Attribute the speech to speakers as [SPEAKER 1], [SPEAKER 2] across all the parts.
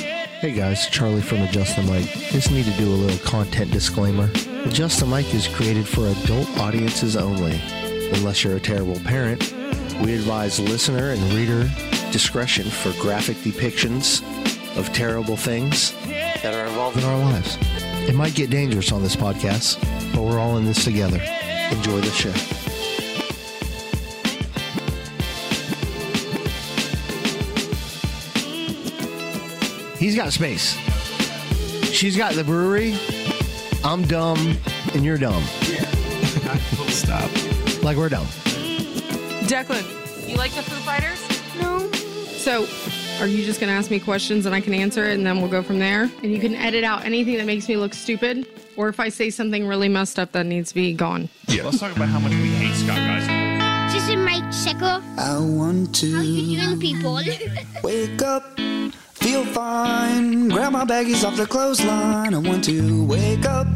[SPEAKER 1] Hey guys, Charlie from Adjust the Mic. Just need to do a little content disclaimer. Adjust the Mic is created for adult audiences only. Unless you're a terrible parent, we advise listener and reader discretion for graphic depictions of terrible things that are involved in our lives. It might get dangerous on this podcast, but we're all in this together. Enjoy the show. He's got space. She's got the brewery. I'm dumb, and you're dumb.
[SPEAKER 2] Stop.
[SPEAKER 1] Like we're dumb.
[SPEAKER 3] Declan, you like the Foo Fighters?
[SPEAKER 4] No.
[SPEAKER 3] So, are you just going to ask me questions and I can answer it and then we'll go from there? And you can edit out anything that makes me look stupid or if I say something really messed up that needs to be gone.
[SPEAKER 2] Let's talk about how much we hate Scott, guys.
[SPEAKER 4] This is Mike Secker.
[SPEAKER 5] I want
[SPEAKER 4] How
[SPEAKER 5] to
[SPEAKER 4] you doing, people?
[SPEAKER 5] wake up, feel fine, grab my baggies off the clothesline. I want to wake up,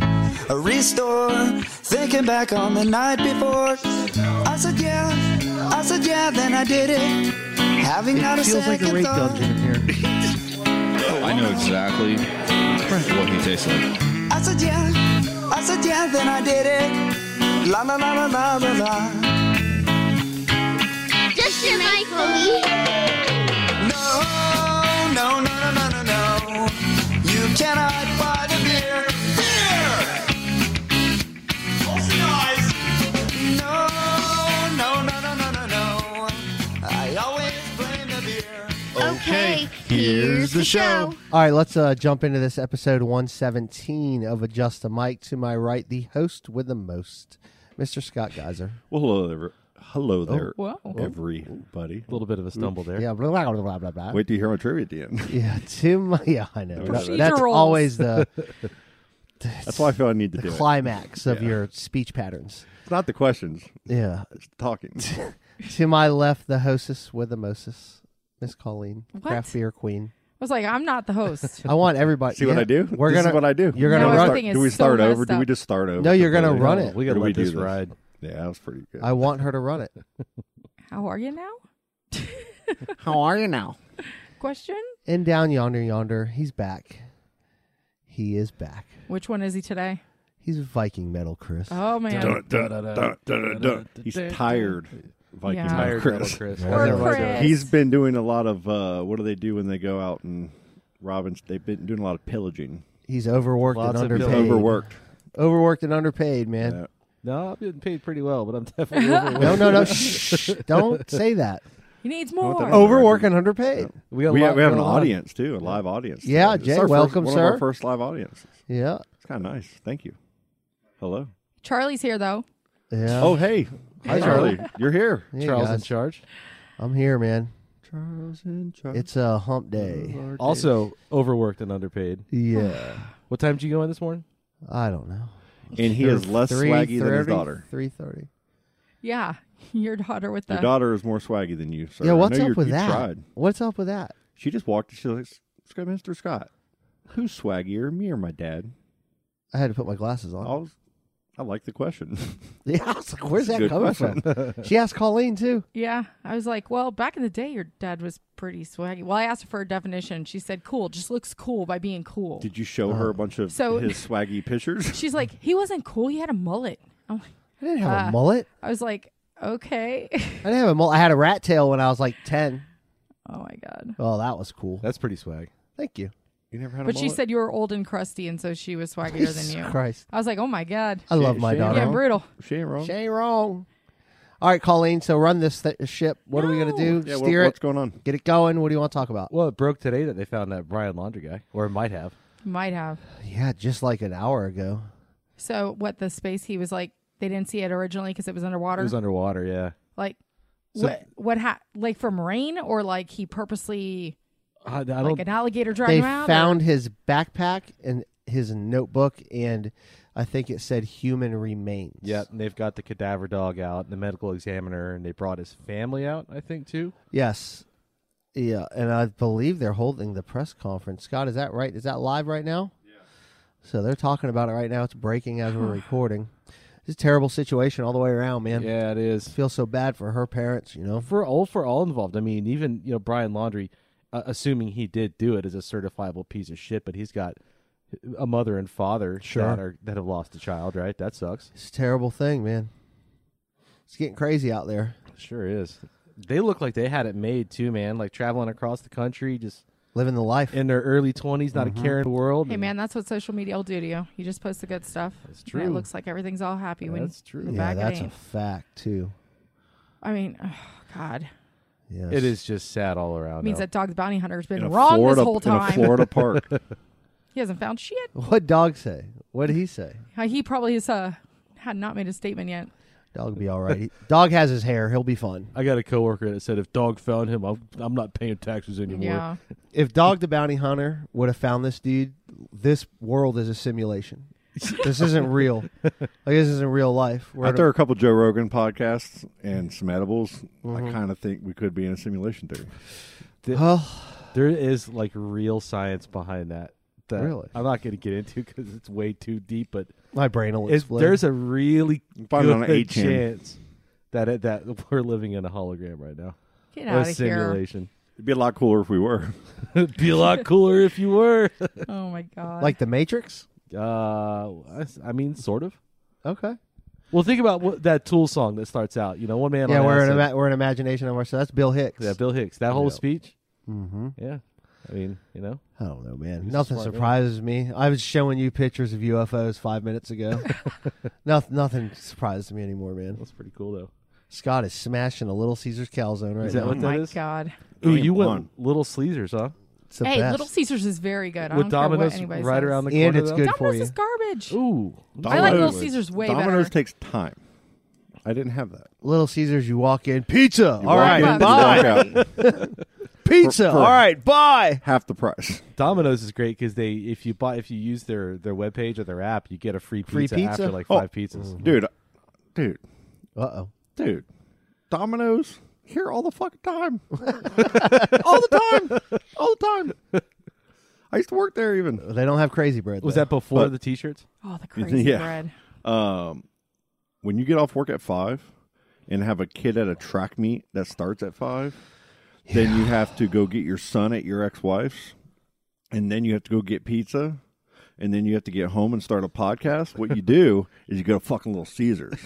[SPEAKER 5] a restore, thinking back on the night before. I said yeah, I said yeah, then I did it. Having not a
[SPEAKER 1] Feels like
[SPEAKER 5] second
[SPEAKER 1] a rape
[SPEAKER 5] thought.
[SPEAKER 1] dungeon in here.
[SPEAKER 6] I know exactly what he tastes like.
[SPEAKER 5] I said yeah, I said yeah, then I did it. La la la la la la la.
[SPEAKER 4] This is Mike Lee.
[SPEAKER 5] No, no, no, no, no, no, no. You cannot buy the beer. Beer! No, no, no, no, no, no, no. I always blame the beer.
[SPEAKER 4] Okay, here's the show.
[SPEAKER 1] All right, let's uh, jump into this episode 117 of Adjust the Mic. To my right, the host with the most, Mr. Scott Geiser.
[SPEAKER 7] Well, hello there. Hello there,
[SPEAKER 8] wow.
[SPEAKER 7] everybody.
[SPEAKER 8] A little bit of a stumble there.
[SPEAKER 1] Yeah, blah, blah, blah, blah, blah, blah.
[SPEAKER 7] Wait till you hear my trivia at the end.
[SPEAKER 1] Yeah, to my, yeah, I know.
[SPEAKER 7] Procedural.
[SPEAKER 1] That- That's always the,
[SPEAKER 7] That's why I feel I need to
[SPEAKER 1] the
[SPEAKER 7] do it.
[SPEAKER 1] climax of your speech patterns.
[SPEAKER 7] It's not the questions.
[SPEAKER 1] Yeah.
[SPEAKER 7] It's the talking.
[SPEAKER 1] To my left, the hostess with the mostess, Miss Colleen, craft
[SPEAKER 8] What?
[SPEAKER 1] beer queen.
[SPEAKER 8] I was like, I'm not the host.
[SPEAKER 1] I want everybody.
[SPEAKER 7] See what
[SPEAKER 1] yeah,
[SPEAKER 7] I do?
[SPEAKER 1] We're
[SPEAKER 7] This is
[SPEAKER 1] gonna
[SPEAKER 7] what I do.
[SPEAKER 1] You're gonna
[SPEAKER 8] No,
[SPEAKER 1] run.
[SPEAKER 8] I think- thing
[SPEAKER 7] do
[SPEAKER 8] is
[SPEAKER 7] we
[SPEAKER 8] so
[SPEAKER 7] start over?
[SPEAKER 8] messed
[SPEAKER 7] Do we
[SPEAKER 8] up.
[SPEAKER 7] just start over?
[SPEAKER 1] No, you're gonna
[SPEAKER 7] completely?
[SPEAKER 1] run it.
[SPEAKER 8] We
[SPEAKER 7] Or
[SPEAKER 8] gotta
[SPEAKER 7] do
[SPEAKER 8] let
[SPEAKER 7] do
[SPEAKER 8] this ride.
[SPEAKER 7] Yeah, that was pretty good.
[SPEAKER 1] I want her to run it.
[SPEAKER 8] How are you now?
[SPEAKER 1] How are you now?
[SPEAKER 8] Question.
[SPEAKER 1] And down yonder, yonder, he's back. He is back.
[SPEAKER 8] Which one is he today?
[SPEAKER 1] He's Viking metal, Chris.
[SPEAKER 8] Oh man.
[SPEAKER 7] Dun, dun, dun, dun, dun. He's tired. Viking
[SPEAKER 8] Yeah.
[SPEAKER 7] metal
[SPEAKER 8] Tired
[SPEAKER 7] Chris.
[SPEAKER 8] Poor
[SPEAKER 1] Yeah.
[SPEAKER 8] Chris.
[SPEAKER 7] He's been doing a lot of uh, what do they do when they go out and Robin's? They've been doing a lot of pillaging.
[SPEAKER 1] He's overworked
[SPEAKER 8] Lots
[SPEAKER 1] and
[SPEAKER 8] of
[SPEAKER 1] underpaid.
[SPEAKER 8] Paid.
[SPEAKER 7] Overworked.
[SPEAKER 1] Overworked and underpaid, man.
[SPEAKER 7] Yeah.
[SPEAKER 8] No, I'm getting paid pretty well, but I'm definitely overweight.
[SPEAKER 1] No, no, no. Shh. Don't say that.
[SPEAKER 8] He needs more.
[SPEAKER 7] that- Oh.
[SPEAKER 1] Overworked and underpaid.
[SPEAKER 8] We, got
[SPEAKER 7] We
[SPEAKER 8] a
[SPEAKER 7] have,
[SPEAKER 8] lot
[SPEAKER 7] we have an
[SPEAKER 8] going on.
[SPEAKER 7] audience too, a live audience.
[SPEAKER 1] Yeah,
[SPEAKER 7] today. It's
[SPEAKER 1] Jay,
[SPEAKER 7] our first-
[SPEAKER 1] welcome,
[SPEAKER 7] one Of
[SPEAKER 1] sir.
[SPEAKER 7] our first live audiences.
[SPEAKER 1] Yeah.
[SPEAKER 7] It's kind of nice. Thank you. Hello.
[SPEAKER 8] Charlie's here though.
[SPEAKER 1] Yeah.
[SPEAKER 7] Oh, hey. Hi, Charlie. You're here.
[SPEAKER 1] Yeah,
[SPEAKER 8] Charles in
[SPEAKER 1] guys.
[SPEAKER 8] charge.
[SPEAKER 1] I'm here, man.
[SPEAKER 7] Charles and Charles.
[SPEAKER 1] It's a hump day.
[SPEAKER 8] Also overworked and underpaid.
[SPEAKER 1] Yeah.
[SPEAKER 8] What time did you go in this morning?
[SPEAKER 1] I don't know.
[SPEAKER 7] and he is less swaggy than
[SPEAKER 1] 3:30?
[SPEAKER 7] his daughter.
[SPEAKER 1] 3:30.
[SPEAKER 3] Yeah.
[SPEAKER 8] Your daughter with the.
[SPEAKER 7] Your daughter is more swaggy than you, sir.
[SPEAKER 1] Yeah,
[SPEAKER 7] I
[SPEAKER 1] what's
[SPEAKER 7] know
[SPEAKER 1] up
[SPEAKER 7] you're-
[SPEAKER 1] with
[SPEAKER 7] you
[SPEAKER 1] that?
[SPEAKER 7] Tried.
[SPEAKER 1] What's up with that?
[SPEAKER 7] She just walked. She's like, "Scott, Mr. Scott, who's swaggier, me or my dad?"
[SPEAKER 1] I had to put my glasses
[SPEAKER 7] I
[SPEAKER 1] on.
[SPEAKER 7] was, I like the question.
[SPEAKER 1] Yeah, I was like, where's that
[SPEAKER 7] Good
[SPEAKER 1] coming from? she asked Colleen too.
[SPEAKER 8] Yeah, I was like, well, back in the day, your dad was pretty swaggy. Well, I asked her for a definition. She said, "Cool, just looks cool by being cool."
[SPEAKER 7] Did you show
[SPEAKER 1] Uh.
[SPEAKER 7] her a bunch of
[SPEAKER 8] So-
[SPEAKER 7] his swaggy pictures?
[SPEAKER 8] She's like, "He wasn't cool. He had a mullet." I'm like,
[SPEAKER 1] I didn't have a
[SPEAKER 8] Uh,
[SPEAKER 1] mullet.
[SPEAKER 8] I was like, "Okay."
[SPEAKER 1] I didn't have a mullet. I had a rat tail when I was like 10.
[SPEAKER 8] oh my god.
[SPEAKER 1] Oh, that was cool.
[SPEAKER 8] That's pretty swag.
[SPEAKER 1] Thank you.
[SPEAKER 7] you never had a
[SPEAKER 8] But she
[SPEAKER 7] mullet?
[SPEAKER 8] said you were old and crusty, and so she was swaggier
[SPEAKER 1] Jesus
[SPEAKER 8] than you.
[SPEAKER 1] Christ.
[SPEAKER 8] I was like, oh my god,
[SPEAKER 1] I love my
[SPEAKER 7] Shane,
[SPEAKER 1] daughter.
[SPEAKER 8] yeah,
[SPEAKER 7] wrong.
[SPEAKER 8] brutal.
[SPEAKER 7] she ain't wrong.
[SPEAKER 1] She ain't wrong. All right, Colleen. So run this th- ship. What are we gonna do?
[SPEAKER 7] Yeah, what-
[SPEAKER 1] Steer
[SPEAKER 7] what's
[SPEAKER 1] it.
[SPEAKER 7] going on?
[SPEAKER 1] Get it going. What do you want to talk about?
[SPEAKER 9] Well, it broke today that they found that Brian Laundry guy, or might have.
[SPEAKER 8] Might have.
[SPEAKER 1] Yeah, just like an hour ago.
[SPEAKER 8] So what the space? He was like, they didn't see it originally because it was
[SPEAKER 9] It
[SPEAKER 8] underwater.
[SPEAKER 9] was underwater, yeah.
[SPEAKER 8] like, what? What? Ha- like from rain or like he purposely
[SPEAKER 9] I, I don't.
[SPEAKER 8] like an alligator
[SPEAKER 1] They
[SPEAKER 8] dragging around?
[SPEAKER 1] found his backpack and his notebook, and I think it said human remains.
[SPEAKER 9] yeah, and they've got the cadaver dog out, and the medical examiner, and they brought his family out, I think, too.
[SPEAKER 1] Yes. Yeah, and I believe they're holding the press conference. Scott, is that right? Is that live right now? Yeah. So they're talking about it right now. It's breaking as we're recording. It's a terrible situation all the way around, man.
[SPEAKER 9] Yeah, it
[SPEAKER 1] I
[SPEAKER 9] is
[SPEAKER 1] feel so bad for her parents, you know.
[SPEAKER 9] for all for all involved. I mean, even you know Brian Laundry uh, assuming he did do it, is a certifiable piece of shit. But he's got a mother and father
[SPEAKER 1] Sure.
[SPEAKER 9] that are that have lost a child. Right? That sucks.
[SPEAKER 1] It's a terrible thing, man. It's getting crazy out there.
[SPEAKER 9] Sure is. They look like they had it made too, man. Like traveling across the country, just
[SPEAKER 1] Living the life.
[SPEAKER 9] in their early twenties, not a care in the world.
[SPEAKER 8] Hey
[SPEAKER 9] and-
[SPEAKER 8] man, that's what social media will do to you. You just post the good stuff. That's
[SPEAKER 9] true.
[SPEAKER 8] it looks like everything's all happy when
[SPEAKER 9] That's true.
[SPEAKER 8] the
[SPEAKER 9] Yeah,
[SPEAKER 1] yeah,
[SPEAKER 8] back
[SPEAKER 1] that's
[SPEAKER 8] it
[SPEAKER 1] a
[SPEAKER 8] ain't.
[SPEAKER 1] fact too.
[SPEAKER 8] I mean, oh, God,
[SPEAKER 1] Yes.
[SPEAKER 9] it is just sad all around.
[SPEAKER 8] it means
[SPEAKER 9] though.
[SPEAKER 8] that dog the bounty hunter's been
[SPEAKER 7] in a
[SPEAKER 8] wrong
[SPEAKER 7] Florida
[SPEAKER 8] this whole
[SPEAKER 7] in a
[SPEAKER 8] time.
[SPEAKER 7] Florida park.
[SPEAKER 8] He hasn't found shit.
[SPEAKER 1] What dog say? What did he say?
[SPEAKER 8] Uh, He probably has uh, had not made a statement yet.
[SPEAKER 1] Dog be all right. dog has his hair. He'll be fun.
[SPEAKER 9] I got a coworker that said if dog found him, I'm, I'm not paying taxes anymore.
[SPEAKER 8] Yeah,
[SPEAKER 1] If Dog the Bounty Hunter would have found this dude, this world is a simulation. this isn't real. Like this isn't real life. We're in a-
[SPEAKER 7] After a couple Joe Rogan podcasts and some edibles,
[SPEAKER 1] Mm-hmm.
[SPEAKER 7] I kind of think we could be in a simulation theory.
[SPEAKER 1] well,
[SPEAKER 9] There is like real science behind that. that
[SPEAKER 1] Really?
[SPEAKER 9] I'm not going to get into because it's way too deep. But
[SPEAKER 1] my brain will
[SPEAKER 9] it's,
[SPEAKER 1] explode.
[SPEAKER 9] there's a really
[SPEAKER 7] Find it on
[SPEAKER 9] good
[SPEAKER 7] 8chan.
[SPEAKER 9] chance that it, that we're living in a hologram right now.
[SPEAKER 8] get
[SPEAKER 9] Or a
[SPEAKER 8] out of here.
[SPEAKER 9] simulation.
[SPEAKER 7] It'd be a lot cooler if we were.
[SPEAKER 9] It'd be a lot cooler if you were.
[SPEAKER 8] Oh my God.
[SPEAKER 1] like the Matrix.
[SPEAKER 9] Uh, I s- I mean, sort of.
[SPEAKER 1] Okay.
[SPEAKER 9] Well, think about what, that Tool song that starts out. You know, one man.
[SPEAKER 1] Yeah,
[SPEAKER 9] on
[SPEAKER 1] we're an
[SPEAKER 9] acid.
[SPEAKER 1] ima- we're an imagination of ourselves. That's Bill Hicks.
[SPEAKER 9] Yeah, Bill Hicks. That whole
[SPEAKER 1] Yeah.
[SPEAKER 9] speech.
[SPEAKER 1] mm-hmm.
[SPEAKER 9] Yeah. I mean, you know.
[SPEAKER 1] I don't know, man.
[SPEAKER 9] He's a
[SPEAKER 1] nothing
[SPEAKER 9] smart guy.
[SPEAKER 1] surprises me. I was showing you pictures of UFOs five minutes ago. nothing, nothing surprises me anymore, man.
[SPEAKER 9] That's pretty cool, though.
[SPEAKER 1] Scott is smashing a Little Caesar's calzone right
[SPEAKER 9] Is that
[SPEAKER 1] now.
[SPEAKER 8] oh
[SPEAKER 9] what
[SPEAKER 8] my
[SPEAKER 9] that is?
[SPEAKER 8] God.
[SPEAKER 9] Ooh,
[SPEAKER 7] Ain't
[SPEAKER 9] you went
[SPEAKER 7] one.
[SPEAKER 9] Little Sleezers, huh?
[SPEAKER 1] It's the
[SPEAKER 8] hey,
[SPEAKER 1] best.
[SPEAKER 8] Little Caesars is very good. I
[SPEAKER 9] With
[SPEAKER 8] don't care what
[SPEAKER 9] Domino's
[SPEAKER 8] anybody
[SPEAKER 9] right
[SPEAKER 8] says.
[SPEAKER 9] around the
[SPEAKER 1] And
[SPEAKER 9] corner.
[SPEAKER 1] it's
[SPEAKER 9] though?
[SPEAKER 1] good for
[SPEAKER 8] Domino's
[SPEAKER 1] you.
[SPEAKER 8] is garbage.
[SPEAKER 9] Ooh,
[SPEAKER 8] I like Little
[SPEAKER 7] Domino's.
[SPEAKER 8] Caesars way
[SPEAKER 7] Domino's
[SPEAKER 8] better.
[SPEAKER 7] takes time. I didn't have that.
[SPEAKER 1] Little Caesars, you walk in, pizza.
[SPEAKER 7] You
[SPEAKER 1] all
[SPEAKER 7] walk in,
[SPEAKER 1] right,
[SPEAKER 7] you
[SPEAKER 1] bye.
[SPEAKER 7] walk out,
[SPEAKER 1] Pizza.
[SPEAKER 7] For- for-
[SPEAKER 1] all right, bye.
[SPEAKER 7] half the price.
[SPEAKER 9] Domino's is great because they if you buy if you use their their webpage or their app, you get a free pizza,
[SPEAKER 1] Free pizza? Mm.
[SPEAKER 9] after like
[SPEAKER 7] Oh.
[SPEAKER 9] five pizzas.
[SPEAKER 1] Mm-hmm.
[SPEAKER 7] Dude, dude,
[SPEAKER 1] Uh oh.
[SPEAKER 7] dude. Domino's here all the fucking time. all the time. All the time. I used to work there even.
[SPEAKER 1] They don't have crazy bread.
[SPEAKER 9] Was
[SPEAKER 1] though.
[SPEAKER 9] that before
[SPEAKER 7] But-
[SPEAKER 9] the t-shirts?
[SPEAKER 8] Oh, the crazy
[SPEAKER 7] Yeah.
[SPEAKER 8] bread.
[SPEAKER 7] Um, when you get off work at five and have a kid at a track meet that starts at five, then you have to go get your son at your ex wife's, and then you have to go get pizza, and then you have to get home and start a podcast. What you do is you go to fucking Little Caesars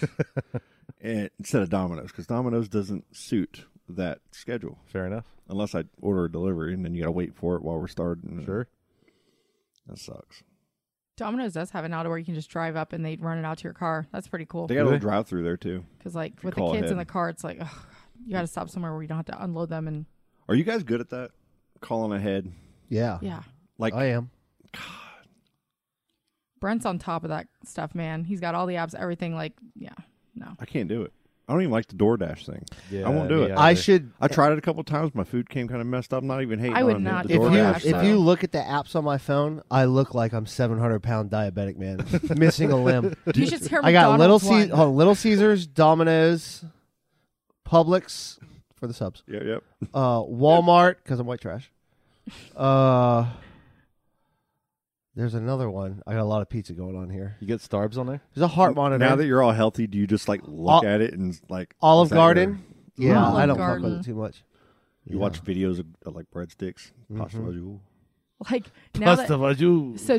[SPEAKER 7] and, instead of Domino's because Domino's doesn't suit that schedule
[SPEAKER 9] Fair enough.
[SPEAKER 7] unless I order a delivery and then you got to wait for it while we're starting.
[SPEAKER 9] Sure.
[SPEAKER 7] That sucks.
[SPEAKER 8] Domino's does have an auto where you can just drive up and they run it out to your car. That's pretty cool.
[SPEAKER 7] They got a little drive through there too.
[SPEAKER 8] Because like with
[SPEAKER 7] call
[SPEAKER 8] the kids
[SPEAKER 7] ahead.
[SPEAKER 8] in the car, it's like ugh, you got to stop somewhere where you don't have to unload them and
[SPEAKER 7] Are you guys good at that? Calling ahead.
[SPEAKER 1] Yeah.
[SPEAKER 8] yeah.
[SPEAKER 7] Like
[SPEAKER 1] I am.
[SPEAKER 8] Brent's on top of that stuff, man. He's got all the apps, everything. Like yeah, no.
[SPEAKER 7] I can't do it. I don't even like the DoorDash thing.
[SPEAKER 9] Yeah,
[SPEAKER 7] I won't do
[SPEAKER 9] me
[SPEAKER 7] it.
[SPEAKER 9] either.
[SPEAKER 1] I should.
[SPEAKER 7] I tried it a couple times. My food came kind of messed up. I'm not even hating.
[SPEAKER 8] I would
[SPEAKER 7] on the-
[SPEAKER 8] not
[SPEAKER 7] the
[SPEAKER 1] If you
[SPEAKER 7] DoorDash
[SPEAKER 8] DoorDash,
[SPEAKER 1] if
[SPEAKER 8] though.
[SPEAKER 1] you look at the apps on my phone, I look like I'm 700 pound diabetic man, missing a limb.
[SPEAKER 8] You should hear
[SPEAKER 1] I got Little
[SPEAKER 8] McDonald's
[SPEAKER 1] Caesar,
[SPEAKER 8] one.
[SPEAKER 1] oh, Little Caesars, Domino's, Publix for the subs,
[SPEAKER 7] Yeah, yep.
[SPEAKER 1] uh, Walmart because I'm white trash. Uh, there's another one. I got a lot of pizza going on here.
[SPEAKER 9] You get Starbs on there.
[SPEAKER 1] There's a heart monitor.
[SPEAKER 7] Now that you're all healthy, do you just like look
[SPEAKER 1] Ol-
[SPEAKER 7] at it and like
[SPEAKER 1] Olive
[SPEAKER 7] is that
[SPEAKER 1] Garden. Yeah,
[SPEAKER 8] Olive
[SPEAKER 1] I don't fuck with
[SPEAKER 8] Garden.
[SPEAKER 1] it too much.
[SPEAKER 7] Your, you watch videos of, of, like breadsticks, pasta ragu.
[SPEAKER 8] Like now that,
[SPEAKER 9] Pasta vajou.
[SPEAKER 8] so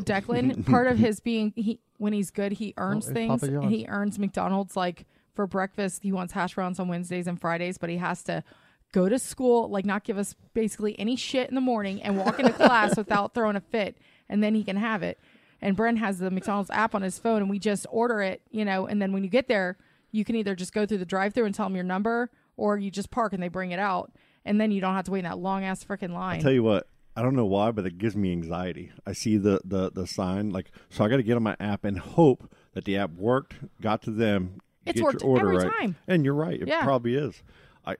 [SPEAKER 8] Declan, part of his being he when he's good, he earns
[SPEAKER 1] it's
[SPEAKER 8] things.
[SPEAKER 1] Papa John's.
[SPEAKER 8] He earns McDonald's like for breakfast. He wants hash browns on Wednesdays and Fridays, but he has to go to school, like not give us basically any shit in the morning, and walk into class without throwing a fit, and then he can have it. And Brent has the McDonald's app on his phone, and we just order it, you know. And then when you get there, you can either just go through the drive-through and tell them your number, or you just park and they bring it out, and then you don't have to wait in that long ass freaking line.
[SPEAKER 7] Tell you what, I don't know why, but it gives me anxiety. I see the the the sign like, so I got to get on my app and hope that the app worked, got to them,
[SPEAKER 8] It's
[SPEAKER 7] get
[SPEAKER 8] worked
[SPEAKER 7] your order
[SPEAKER 8] every
[SPEAKER 7] right.
[SPEAKER 8] time.
[SPEAKER 7] And you're right, it
[SPEAKER 8] Yeah.
[SPEAKER 7] probably is. I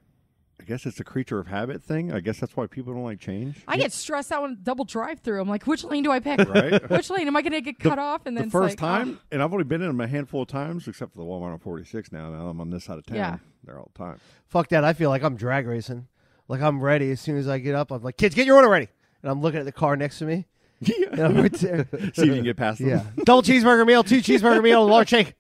[SPEAKER 7] I guess it's a creature of habit thing. I guess that's why people don't like change.
[SPEAKER 8] I get stressed out when double drive through. I'm like, which lane do I pick?
[SPEAKER 7] Right?
[SPEAKER 8] Which lane am I going to get cut off? And then
[SPEAKER 7] the
[SPEAKER 8] it's
[SPEAKER 7] first
[SPEAKER 8] like,
[SPEAKER 7] time,
[SPEAKER 8] oh,
[SPEAKER 7] and I've only been in them a handful of times, except for the Walmart on 46 now. Now I'm on this side of town.
[SPEAKER 8] Yeah.
[SPEAKER 7] They're all the time.
[SPEAKER 1] Fuck that. I feel like I'm drag racing. Like I'm ready. As soon as I get up, I'm like, kids, get your order ready. And I'm looking at the car next to me.
[SPEAKER 7] Yeah.
[SPEAKER 1] And I'm right there.
[SPEAKER 7] See if you can get past them.
[SPEAKER 1] Yeah. Double cheeseburger meal, two cheeseburger meal, large shake.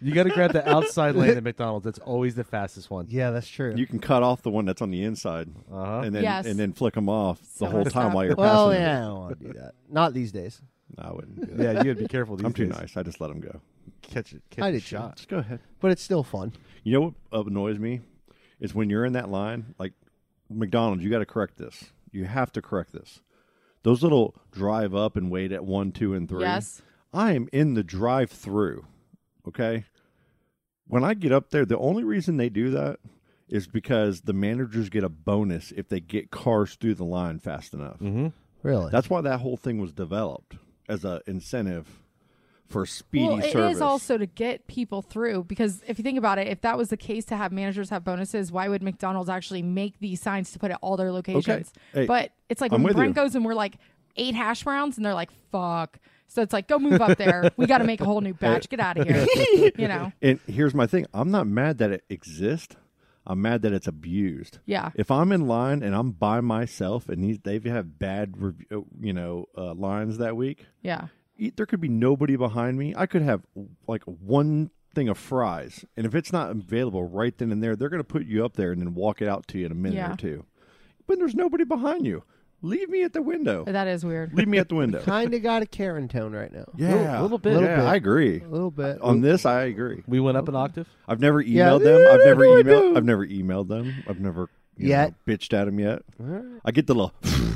[SPEAKER 9] You got to grab the outside lane at McDonald's. That's always the fastest one.
[SPEAKER 1] Yeah, that's true.
[SPEAKER 7] You can cut off the one that's on the inside,
[SPEAKER 9] Uh-huh.
[SPEAKER 7] and then
[SPEAKER 8] Yes.
[SPEAKER 7] and then flick them off the
[SPEAKER 8] So
[SPEAKER 7] whole Oh,
[SPEAKER 8] it's
[SPEAKER 7] time
[SPEAKER 8] not-
[SPEAKER 7] while you're
[SPEAKER 1] well,
[SPEAKER 7] passing.
[SPEAKER 1] yeah, I don't want to do that. Not these days.
[SPEAKER 7] them. I wouldn't. do that.
[SPEAKER 9] Yeah, you got to be careful. These
[SPEAKER 7] I'm too
[SPEAKER 9] days.
[SPEAKER 7] nice. I just let them go.
[SPEAKER 9] Catch it. Catch
[SPEAKER 1] I
[SPEAKER 9] it
[SPEAKER 1] did
[SPEAKER 9] shot.
[SPEAKER 1] shots,
[SPEAKER 7] Uh, Just go ahead.
[SPEAKER 1] but it's still fun.
[SPEAKER 7] You know what annoys me is when you're in that line, like McDonald's. You got to correct this. You have to correct this. Those little drive up and wait at one, two, and three.
[SPEAKER 8] Yes.
[SPEAKER 7] I am in the drive through. Okay. When I get up there, the only reason they do that is because the managers get a bonus if they get cars through the line fast enough.
[SPEAKER 1] Really?
[SPEAKER 7] That's why that whole thing was developed as a incentive for speedy
[SPEAKER 8] well, it
[SPEAKER 7] service.
[SPEAKER 8] is also to get people through because if you think about it, if that was the case to have managers have bonuses, why would McDonald's actually make these signs to put at all their locations?
[SPEAKER 7] Hey,
[SPEAKER 8] but it's like
[SPEAKER 7] I'm
[SPEAKER 8] when
[SPEAKER 7] with you.
[SPEAKER 8] Brent goes and we're like eight hash browns and they're like, fuck. So it's like, go move up there. We got to make a whole new batch. Get out of here. you know?
[SPEAKER 7] and here's my thing: I'm not mad that it exists. I'm mad that it's abused.
[SPEAKER 8] Yeah.
[SPEAKER 7] If I'm in line and I'm by myself, and these they have bad, rev- uh, you know, uh, lines that week,
[SPEAKER 8] Yeah.
[SPEAKER 7] eat, e, there could be nobody behind me. I could have like one thing of fries, and if it's not available right then and there, they're going to put you up there and then walk it out to you in a minute
[SPEAKER 8] Yeah.
[SPEAKER 7] or two. When there's nobody behind you, leave me at the window.
[SPEAKER 8] But that is weird.
[SPEAKER 7] leave me at the window.
[SPEAKER 1] kind of got a Karen tone right now.
[SPEAKER 7] Yeah,
[SPEAKER 9] Little- little bit.
[SPEAKER 1] Little
[SPEAKER 7] yeah,
[SPEAKER 1] bit.
[SPEAKER 7] I agree.
[SPEAKER 1] A little bit.
[SPEAKER 7] On this, I agree.
[SPEAKER 9] We went
[SPEAKER 1] Oh.
[SPEAKER 9] up an octave.
[SPEAKER 7] I've never emailed
[SPEAKER 1] Yeah.
[SPEAKER 7] them. I've never
[SPEAKER 1] No, I
[SPEAKER 7] emailed.
[SPEAKER 1] know.
[SPEAKER 7] I've never emailed them. I've never you
[SPEAKER 1] Yet.
[SPEAKER 7] know, bitched at them yet. I get the little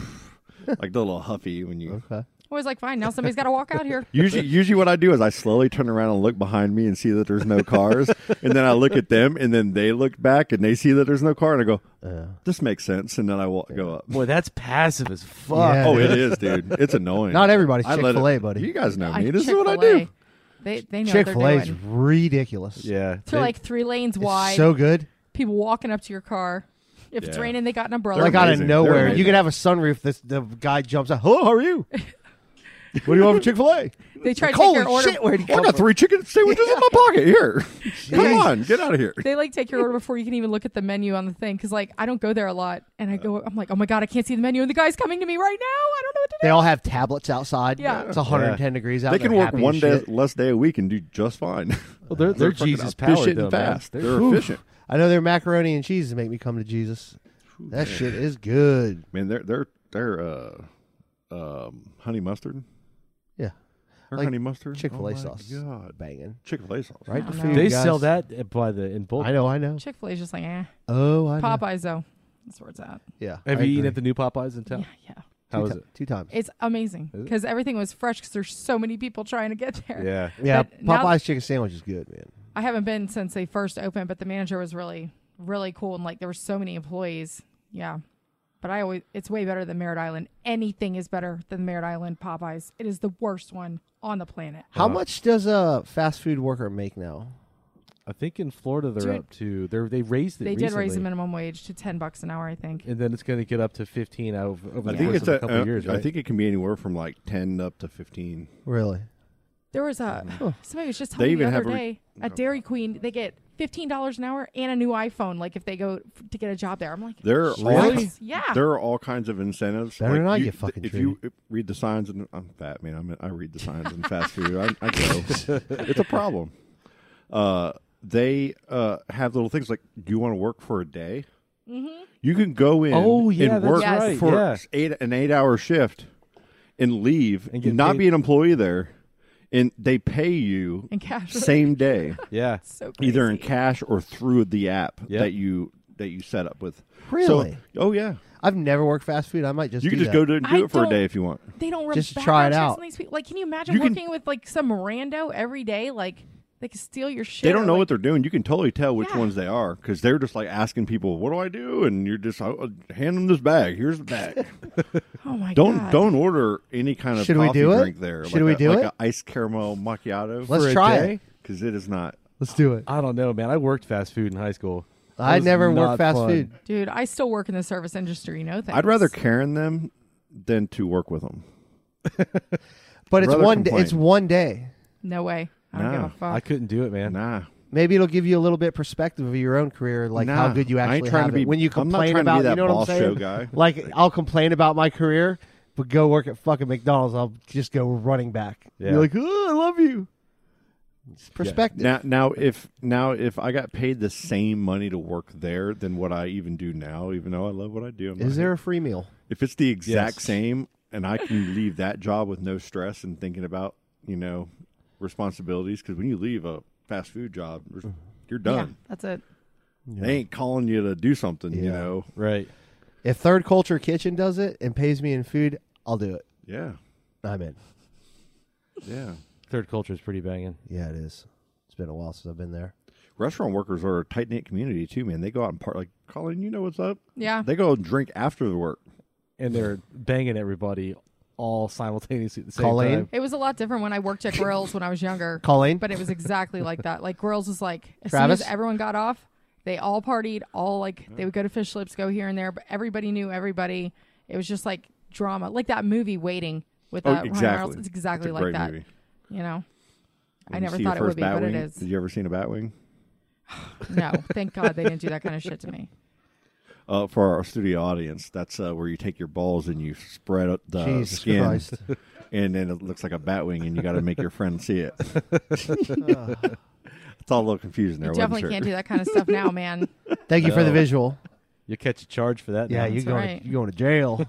[SPEAKER 7] like the little huffy when you.
[SPEAKER 8] I was like, fine. Now somebody's got to walk out here.
[SPEAKER 7] Usually, usually what I do is I slowly turn around and look behind me and see that there's no cars, and then I look at them, and then they look back and they see that there's no car, and I go, "This makes sense," and then I walk, go up.
[SPEAKER 9] Boy, that's passive as fuck.
[SPEAKER 1] Yeah.
[SPEAKER 7] Oh, it is, dude. It's annoying.
[SPEAKER 1] Not everybody's
[SPEAKER 7] I let it-
[SPEAKER 1] Chick-fil-A, buddy.
[SPEAKER 7] You guys know
[SPEAKER 8] I-
[SPEAKER 7] me. This is what I do.
[SPEAKER 8] Chick-fil-A. They, they know
[SPEAKER 1] Chick
[SPEAKER 8] what
[SPEAKER 1] Fil A
[SPEAKER 8] they're
[SPEAKER 1] is
[SPEAKER 8] doing.
[SPEAKER 1] ridiculous.
[SPEAKER 9] Yeah.
[SPEAKER 8] They're like three lanes wide.
[SPEAKER 1] It's so good.
[SPEAKER 8] people walking up to your car. If it's
[SPEAKER 7] Yeah.
[SPEAKER 8] raining, they got an umbrella.
[SPEAKER 7] They're
[SPEAKER 1] like out of
[SPEAKER 7] amazing. They're
[SPEAKER 1] nowhere,
[SPEAKER 7] amazing.
[SPEAKER 1] you could have a sunroof. This the guy jumps out. Hello, how are you? what do you want from Chick Fil A?
[SPEAKER 8] they try to take
[SPEAKER 1] Holy
[SPEAKER 8] your order.
[SPEAKER 1] shit! Where'd he
[SPEAKER 7] I
[SPEAKER 1] come
[SPEAKER 7] got
[SPEAKER 1] from?
[SPEAKER 7] three chicken sandwiches in my pocket. Here, come on, get out of here.
[SPEAKER 8] They like take your order before you can even look at the menu on the thing. Cause like I don't go there a lot, and I go, I'm like, oh my god, I can't see the menu, and the guy's coming to me right now. I don't know what to do.
[SPEAKER 1] They all have tablets outside.
[SPEAKER 8] Yeah.
[SPEAKER 1] it's 110 degrees out.
[SPEAKER 7] They
[SPEAKER 1] and
[SPEAKER 7] can
[SPEAKER 1] they're
[SPEAKER 7] work
[SPEAKER 1] happy as
[SPEAKER 7] one day
[SPEAKER 1] shit.
[SPEAKER 7] less day a week and do just fine.
[SPEAKER 9] Well, they're, they're,
[SPEAKER 7] fucking
[SPEAKER 9] Jesus
[SPEAKER 7] efficient
[SPEAKER 9] powered
[SPEAKER 7] and
[SPEAKER 9] though, man.
[SPEAKER 7] fast. They're efficient.
[SPEAKER 1] I know their macaroni and cheese make me come to Jesus. That shit is good.
[SPEAKER 7] Man, they're they're they're uh, um, honey mustard.
[SPEAKER 1] Yeah,
[SPEAKER 7] Her
[SPEAKER 1] Like
[SPEAKER 7] honey mustard.
[SPEAKER 1] Chick Fil A
[SPEAKER 7] oh
[SPEAKER 1] sauce, banging
[SPEAKER 7] Chick Fil A sauce.
[SPEAKER 1] right. to
[SPEAKER 8] know.
[SPEAKER 1] food,
[SPEAKER 9] They
[SPEAKER 1] guys.
[SPEAKER 9] sell that by the in bulk.
[SPEAKER 1] I know. I know.
[SPEAKER 8] Chick Fil A's just like, eh.
[SPEAKER 1] Oh, I know.
[SPEAKER 8] Popeyes though, that's where it's at.
[SPEAKER 1] Yeah.
[SPEAKER 9] Have
[SPEAKER 1] I
[SPEAKER 9] you eaten
[SPEAKER 1] agree.
[SPEAKER 9] at the new Popeyes in town?
[SPEAKER 8] Yeah, yeah.
[SPEAKER 9] How
[SPEAKER 1] two
[SPEAKER 9] is
[SPEAKER 1] ti-
[SPEAKER 9] it?
[SPEAKER 1] Two times.
[SPEAKER 8] It's amazing because everything was fresh. Because there's so many people trying to get there.
[SPEAKER 9] Yeah.
[SPEAKER 1] Yeah,
[SPEAKER 8] But now-
[SPEAKER 1] Popeye's chicken sandwich is good, man.
[SPEAKER 8] I haven't been since they first opened, but the manager was really, really cool, and like there were so many employees. Yeah, but I always it's way better than Merritt Island. Anything is better than Merritt Island Popeyes. It is the worst one on the planet.
[SPEAKER 1] How
[SPEAKER 9] Uh-huh.
[SPEAKER 1] much does a fast food worker make now?
[SPEAKER 9] I think in Florida they're
[SPEAKER 8] Dude.
[SPEAKER 9] up to they they raised it.
[SPEAKER 8] They did raise the
[SPEAKER 9] recently,
[SPEAKER 8] minimum wage to ten bucks an hour, I think.
[SPEAKER 9] and then it's going to get up to fifteen over, over
[SPEAKER 7] I
[SPEAKER 9] the
[SPEAKER 7] think
[SPEAKER 9] course
[SPEAKER 7] it's
[SPEAKER 9] of
[SPEAKER 7] a,
[SPEAKER 9] a couple
[SPEAKER 7] uh,
[SPEAKER 9] of years.
[SPEAKER 7] I
[SPEAKER 9] right?
[SPEAKER 7] think it can be anywhere from like ten up to fifteen.
[SPEAKER 1] Really?
[SPEAKER 8] There was a somebody was just
[SPEAKER 7] They
[SPEAKER 8] telling me the
[SPEAKER 7] even
[SPEAKER 8] other
[SPEAKER 7] have a re-
[SPEAKER 8] day at Dairy Queen they get fifteen dollars an hour and a new iPhone. Like if they go f- to get a job there, I'm like,
[SPEAKER 7] There are
[SPEAKER 1] Really?
[SPEAKER 7] all,
[SPEAKER 8] Yeah.
[SPEAKER 7] There are all kinds of incentives.
[SPEAKER 1] Better than I
[SPEAKER 7] you-
[SPEAKER 1] get fucking
[SPEAKER 7] If you read the signs, and I'm fat man. I'm, I read the signs in fast food. I, I go. it's a problem. Uh, they uh, have little things like, do you want to work for a day?
[SPEAKER 8] Mm-hmm.
[SPEAKER 7] You can go in.
[SPEAKER 9] Oh, yeah,
[SPEAKER 7] and
[SPEAKER 9] that's
[SPEAKER 7] work
[SPEAKER 8] right,
[SPEAKER 7] for
[SPEAKER 9] yeah.
[SPEAKER 7] eight an eight hour shift, and leave
[SPEAKER 9] And get
[SPEAKER 7] not
[SPEAKER 9] paid.
[SPEAKER 7] be an employee there, and they pay you
[SPEAKER 8] In cash.
[SPEAKER 7] same day
[SPEAKER 9] yeah.
[SPEAKER 8] so crazy.
[SPEAKER 7] either in cash or through the app
[SPEAKER 9] Yep.
[SPEAKER 7] that you that you set up with. So-
[SPEAKER 1] Really?
[SPEAKER 7] oh yeah.
[SPEAKER 1] I've never worked fast food. I might just
[SPEAKER 7] You can
[SPEAKER 1] do
[SPEAKER 7] just
[SPEAKER 1] that.
[SPEAKER 7] go to
[SPEAKER 8] I
[SPEAKER 7] do it for a
[SPEAKER 8] don't-
[SPEAKER 7] day if you want.
[SPEAKER 8] they don't run
[SPEAKER 1] Just to
[SPEAKER 8] background
[SPEAKER 1] try it
[SPEAKER 8] checks
[SPEAKER 1] out.
[SPEAKER 8] on these people. Like, can you imagine
[SPEAKER 7] You can-
[SPEAKER 8] working with like some rando every day? Like, they can steal your shit.
[SPEAKER 7] They don't
[SPEAKER 8] or,
[SPEAKER 7] know
[SPEAKER 8] like,
[SPEAKER 7] what they're doing. You can totally tell which
[SPEAKER 8] Yeah.
[SPEAKER 7] ones they are because they're just like asking people, "What do I do?" And you're just uh, hand them this bag. Here's the bag.
[SPEAKER 8] Oh my
[SPEAKER 7] don't
[SPEAKER 8] God.
[SPEAKER 7] don't order any kind of
[SPEAKER 1] Should we
[SPEAKER 7] coffee
[SPEAKER 1] do it?
[SPEAKER 7] drink there.
[SPEAKER 1] Should
[SPEAKER 7] like
[SPEAKER 1] we
[SPEAKER 7] a,
[SPEAKER 1] do
[SPEAKER 7] like
[SPEAKER 1] it?
[SPEAKER 7] A ice caramel macchiato.
[SPEAKER 1] Let's try it.
[SPEAKER 7] because it is not.
[SPEAKER 1] Let's do it.
[SPEAKER 9] I don't know, man. I worked fast food in high school. That
[SPEAKER 1] I
[SPEAKER 9] was
[SPEAKER 1] never
[SPEAKER 9] not
[SPEAKER 1] worked fast
[SPEAKER 9] fun.
[SPEAKER 1] food.
[SPEAKER 8] Dude, I still work in the service industry. No thanks.
[SPEAKER 7] I'd rather Karen them than to work with them.
[SPEAKER 1] But it's
[SPEAKER 7] Rather
[SPEAKER 1] one. Day,
[SPEAKER 7] complain.
[SPEAKER 1] it's one day.
[SPEAKER 8] No way. I don't
[SPEAKER 7] Nah,
[SPEAKER 8] give a fuck.
[SPEAKER 9] I couldn't do it, man.
[SPEAKER 7] Nah,
[SPEAKER 1] Maybe it'll give you a little bit perspective of your own career, like how
[SPEAKER 7] Nah,
[SPEAKER 1] good you
[SPEAKER 7] I ain't
[SPEAKER 1] actually
[SPEAKER 7] trying
[SPEAKER 1] have
[SPEAKER 7] to be-
[SPEAKER 1] it. When you
[SPEAKER 7] I'm not
[SPEAKER 1] complain
[SPEAKER 7] trying to be
[SPEAKER 1] about, you
[SPEAKER 7] that
[SPEAKER 1] know what I'm
[SPEAKER 7] boss show
[SPEAKER 1] saying?
[SPEAKER 7] guy.
[SPEAKER 1] Like I'll complain about my career, but go work at fucking McDonald's. I'll just go running back.
[SPEAKER 9] Yeah.
[SPEAKER 1] You're like, oh, I love you. It's perspective.
[SPEAKER 7] Now, now if now if I got paid the same money to work there than what I even do now, even though I love what I do, I'm
[SPEAKER 1] Is
[SPEAKER 7] not-
[SPEAKER 1] there a free meal?
[SPEAKER 7] If it's the exact
[SPEAKER 1] Yes.
[SPEAKER 7] same, and I can leave that job with no stress and thinking about you know responsibilities, because when you leave a fast food job, res-
[SPEAKER 8] Mm-hmm.
[SPEAKER 7] you're done.
[SPEAKER 8] That's it.
[SPEAKER 7] They ain't calling you to do something, you know.
[SPEAKER 9] Right.
[SPEAKER 1] If Third Culture Kitchen does it and pays me in food, I'll do it.
[SPEAKER 7] Yeah.
[SPEAKER 1] I'm in.
[SPEAKER 7] Yeah.
[SPEAKER 9] Third culture is pretty banging.
[SPEAKER 1] Yeah, it is. It's been a while since I've been there.
[SPEAKER 7] Restaurant workers are a tight knit community too, man. They go out and part like Colin, you know what's up?
[SPEAKER 8] Yeah.
[SPEAKER 7] They go and drink after the work.
[SPEAKER 9] And they're banging everybody all simultaneously at the same
[SPEAKER 1] Colleen?
[SPEAKER 9] time.
[SPEAKER 8] It was a lot different when I worked at Grills when I was younger.
[SPEAKER 1] Colleen?
[SPEAKER 8] But it was exactly like that. Like Grills was like as
[SPEAKER 1] Travis?
[SPEAKER 8] soon as everyone got off, they all partied, all like they would go to fish lips, go here and there, but everybody knew everybody. It was just like drama. Like that movie Waiting with
[SPEAKER 7] Oh,
[SPEAKER 8] uh, Ryan
[SPEAKER 7] exactly.
[SPEAKER 8] Reynolds. It's
[SPEAKER 7] That's a
[SPEAKER 8] exactly
[SPEAKER 7] great
[SPEAKER 8] like that.
[SPEAKER 7] movie.
[SPEAKER 8] You know. I
[SPEAKER 7] When you
[SPEAKER 8] never
[SPEAKER 7] see your
[SPEAKER 8] thought it would
[SPEAKER 7] first
[SPEAKER 8] be, but it
[SPEAKER 7] Batwing-
[SPEAKER 8] is.
[SPEAKER 7] Did you ever seen a Batwing?
[SPEAKER 8] No, thank God they didn't do that kind of shit to me.
[SPEAKER 7] Uh, for our studio audience, that's uh, where you take your balls and you spread out the
[SPEAKER 1] Jesus
[SPEAKER 7] Uh, skin,
[SPEAKER 1] Christ.
[SPEAKER 7] and then it looks like a bat wing, and you got to make your friend see it. it's all a little confusing there.
[SPEAKER 8] You
[SPEAKER 7] wasn't
[SPEAKER 8] definitely
[SPEAKER 7] sure.
[SPEAKER 8] can't do that kind of stuff now, man.
[SPEAKER 1] Thank you for the
[SPEAKER 9] No.
[SPEAKER 1] visual.
[SPEAKER 9] You catch a charge for that.
[SPEAKER 1] Yeah,
[SPEAKER 9] now.
[SPEAKER 1] you're going,
[SPEAKER 8] right.
[SPEAKER 1] you're going to jail.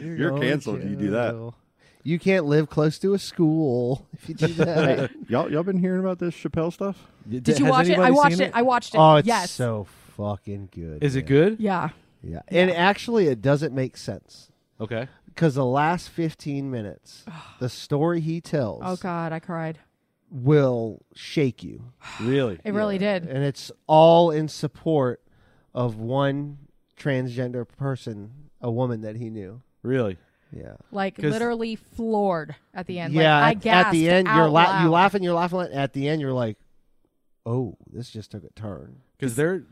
[SPEAKER 1] you're
[SPEAKER 7] You're
[SPEAKER 1] going
[SPEAKER 7] canceled if you do that.
[SPEAKER 1] jail. You can't live close to a school if you do that.
[SPEAKER 7] Y'all, y'all been hearing about this Chappelle stuff?
[SPEAKER 8] Did you
[SPEAKER 9] Has
[SPEAKER 8] watch it? I
[SPEAKER 9] anybody
[SPEAKER 8] watched
[SPEAKER 9] seen
[SPEAKER 8] it. I watched it.
[SPEAKER 1] oh, it's
[SPEAKER 8] yes.
[SPEAKER 1] so fucking good.
[SPEAKER 9] Is it
[SPEAKER 1] man.
[SPEAKER 9] good?
[SPEAKER 8] yeah.
[SPEAKER 1] Yeah. And actually, it doesn't make sense
[SPEAKER 9] Okay.
[SPEAKER 1] because the last 15 minutes, the story he tells
[SPEAKER 8] Oh God, I cried.
[SPEAKER 1] will shake you.
[SPEAKER 9] Really?
[SPEAKER 8] It really did.
[SPEAKER 1] And it's all in support of one transgender person, a woman that he knew.
[SPEAKER 9] Really?
[SPEAKER 1] Yeah.
[SPEAKER 8] like
[SPEAKER 9] 'Cause-
[SPEAKER 8] literally floored at the end.
[SPEAKER 1] yeah,
[SPEAKER 8] like, I
[SPEAKER 1] at-
[SPEAKER 8] gasped
[SPEAKER 1] at the end
[SPEAKER 8] out
[SPEAKER 1] you're la- you
[SPEAKER 8] loud.
[SPEAKER 1] laughing, you're laughing. At the end, you're like, "Oh, this just took a turn."
[SPEAKER 9] Because they're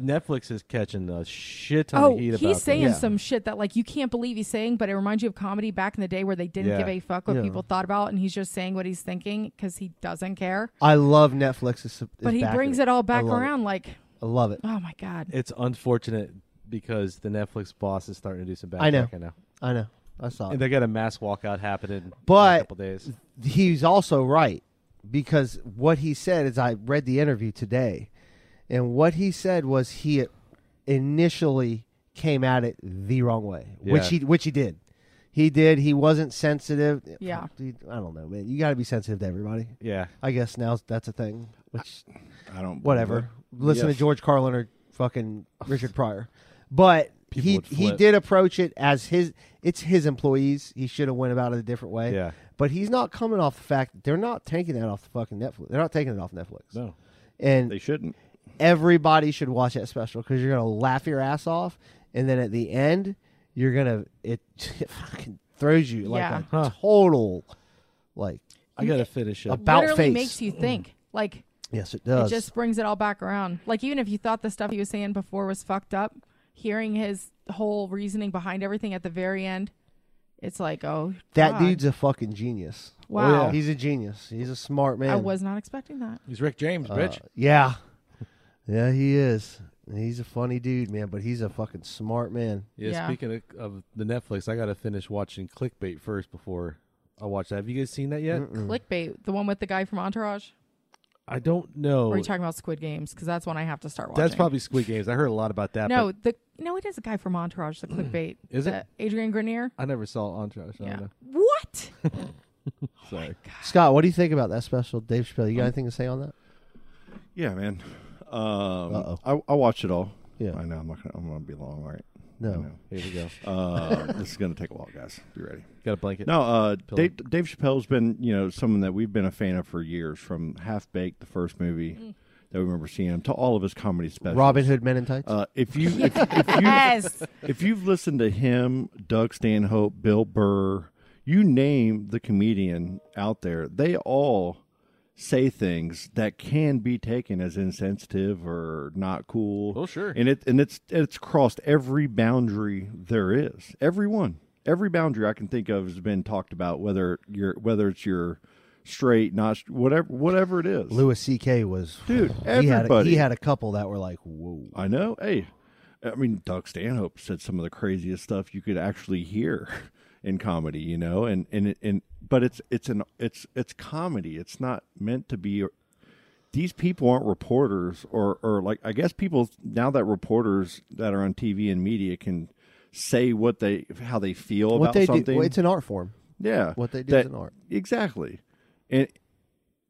[SPEAKER 9] Netflix is catching a shit ton
[SPEAKER 8] Oh,
[SPEAKER 9] of heat about
[SPEAKER 8] he's
[SPEAKER 9] this.
[SPEAKER 8] saying
[SPEAKER 1] Yeah.
[SPEAKER 8] some shit that like you can't believe he's saying, but it reminds you of comedy back in the day where they didn't
[SPEAKER 9] Yeah.
[SPEAKER 8] give a fuck what
[SPEAKER 1] Yeah.
[SPEAKER 8] people thought about, and he's just saying what he's thinking because he doesn't care.
[SPEAKER 1] I love Netflix. Is, is
[SPEAKER 8] But he
[SPEAKER 1] backing
[SPEAKER 8] brings it all back
[SPEAKER 1] I love
[SPEAKER 8] around, like,
[SPEAKER 1] It. I love it.
[SPEAKER 8] oh my god,
[SPEAKER 9] It's unfortunate because the Netflix boss is starting to do some
[SPEAKER 1] I know.
[SPEAKER 9] backtracking now.
[SPEAKER 1] I know. I saw
[SPEAKER 9] And
[SPEAKER 1] it.
[SPEAKER 9] they got a mass walkout happening in
[SPEAKER 1] But-
[SPEAKER 9] a couple days.
[SPEAKER 1] He's also right because what he said is I read the interview today, and what he said was he initially came at it the wrong way, which
[SPEAKER 9] Yeah.
[SPEAKER 1] he which he did. He did. He wasn't sensitive.
[SPEAKER 8] Yeah.
[SPEAKER 1] Dude, I don't know, man. You got to be sensitive to everybody.
[SPEAKER 9] Yeah.
[SPEAKER 1] I guess now that's a thing. Which
[SPEAKER 7] I don't.
[SPEAKER 1] whatever. Listen
[SPEAKER 7] Yes.
[SPEAKER 1] to George Carlin or fucking Richard Pryor. But
[SPEAKER 9] People would
[SPEAKER 1] he he
[SPEAKER 9] flip.
[SPEAKER 1] did approach it as his it's his employees. He should have went about it a different way.
[SPEAKER 9] Yeah.
[SPEAKER 1] But he's not coming off the fact that they're not taking that off the fucking Netflix. They're not taking it off Netflix.
[SPEAKER 9] No.
[SPEAKER 1] And
[SPEAKER 7] They shouldn't.
[SPEAKER 1] everybody should watch that special because you're gonna laugh your ass off, and then at the end you're gonna it, it fucking throws you like
[SPEAKER 8] Yeah.
[SPEAKER 1] a total like
[SPEAKER 9] I got to finish it.
[SPEAKER 1] a- about
[SPEAKER 8] literally
[SPEAKER 1] face.
[SPEAKER 8] makes you think. Like
[SPEAKER 1] yes it does.
[SPEAKER 8] it just brings it all back around. Like even if you thought the stuff he was saying before was fucked up, hearing his whole reasoning behind everything at the very end, it's like, oh,
[SPEAKER 1] that
[SPEAKER 8] God.
[SPEAKER 1] dude's a fucking genius. Oh,
[SPEAKER 8] Wow. yeah.
[SPEAKER 1] He's a genius. He's a smart man.
[SPEAKER 8] I was not expecting that.
[SPEAKER 9] He's Rick James, bitch.
[SPEAKER 1] Uh, yeah. Yeah, he is. He's a funny dude, man, but he's a fucking smart man.
[SPEAKER 9] Yeah,
[SPEAKER 8] Yeah.
[SPEAKER 9] Speaking of, of the Netflix, I got to finish watching Clickbait first before I watch that. Have you guys seen that yet?
[SPEAKER 1] Mm.
[SPEAKER 8] Clickbait, the one with the guy from Entourage.
[SPEAKER 9] I don't
[SPEAKER 8] Or are
[SPEAKER 9] know.
[SPEAKER 8] you talking about Squid Games? Because that's one I have to start watching.
[SPEAKER 9] Oh. That's probably Squid Games. I heard a lot about that.
[SPEAKER 8] no.
[SPEAKER 9] but
[SPEAKER 8] The no, it is a guy from Entourage. The clickbait
[SPEAKER 9] Is
[SPEAKER 8] The
[SPEAKER 9] it?
[SPEAKER 8] Adrian Grenier?
[SPEAKER 9] I never saw Entourage. so I
[SPEAKER 8] Yeah.
[SPEAKER 9] don't know.
[SPEAKER 8] What? Oh
[SPEAKER 9] Sorry.
[SPEAKER 1] Scott, what do you think about that special, Dave Chappelle? You got anything to say on that?
[SPEAKER 7] Yeah, man.
[SPEAKER 1] Uh-oh.
[SPEAKER 7] Um, I I watch it all.
[SPEAKER 1] Yeah.
[SPEAKER 7] I know. I'm not gonna. I'm gonna be long. All right. I
[SPEAKER 1] No.
[SPEAKER 7] know.
[SPEAKER 9] Here we go.
[SPEAKER 7] Uh, this is gonna take a while, guys. Be ready.
[SPEAKER 9] Got a blanket.
[SPEAKER 7] No, uh, Dave, Dave Chappelle's been you know someone that we've been a fan of for years, from Half Baked, the first movie that we remember seeing him, to all of his comedy specials.
[SPEAKER 1] Robin Hood Men in Tights?
[SPEAKER 7] Uh, if you if, if you
[SPEAKER 8] yes.
[SPEAKER 7] if you've listened to him, Doug Stanhope, Bill Burr, you name the comedian out there, they all say things that can be taken as insensitive or not cool.
[SPEAKER 9] Oh, sure.
[SPEAKER 7] And it and it's it's crossed every boundary there is. Every one. Every boundary I can think of has been talked about whether you're whether it's your straight, not st- whatever whatever it is.
[SPEAKER 1] Louis C.K. was.
[SPEAKER 7] Dude,
[SPEAKER 1] He had, a,
[SPEAKER 7] everybody.
[SPEAKER 1] he had a couple that were like, whoa.
[SPEAKER 7] I know. Hey, I mean, Doug Stanhope said some of the craziest stuff you could actually hear in comedy, you know, and and and but it's it's an it's it's comedy. It's not meant to be. These people aren't reporters, or or like I guess people now that reporters that are on TV and media can say what they how they feel
[SPEAKER 1] What
[SPEAKER 7] about
[SPEAKER 1] they do-
[SPEAKER 7] something.
[SPEAKER 1] well, it's an art form.
[SPEAKER 7] Yeah,
[SPEAKER 1] What they do is
[SPEAKER 7] that,
[SPEAKER 1] an art.
[SPEAKER 7] Exactly, and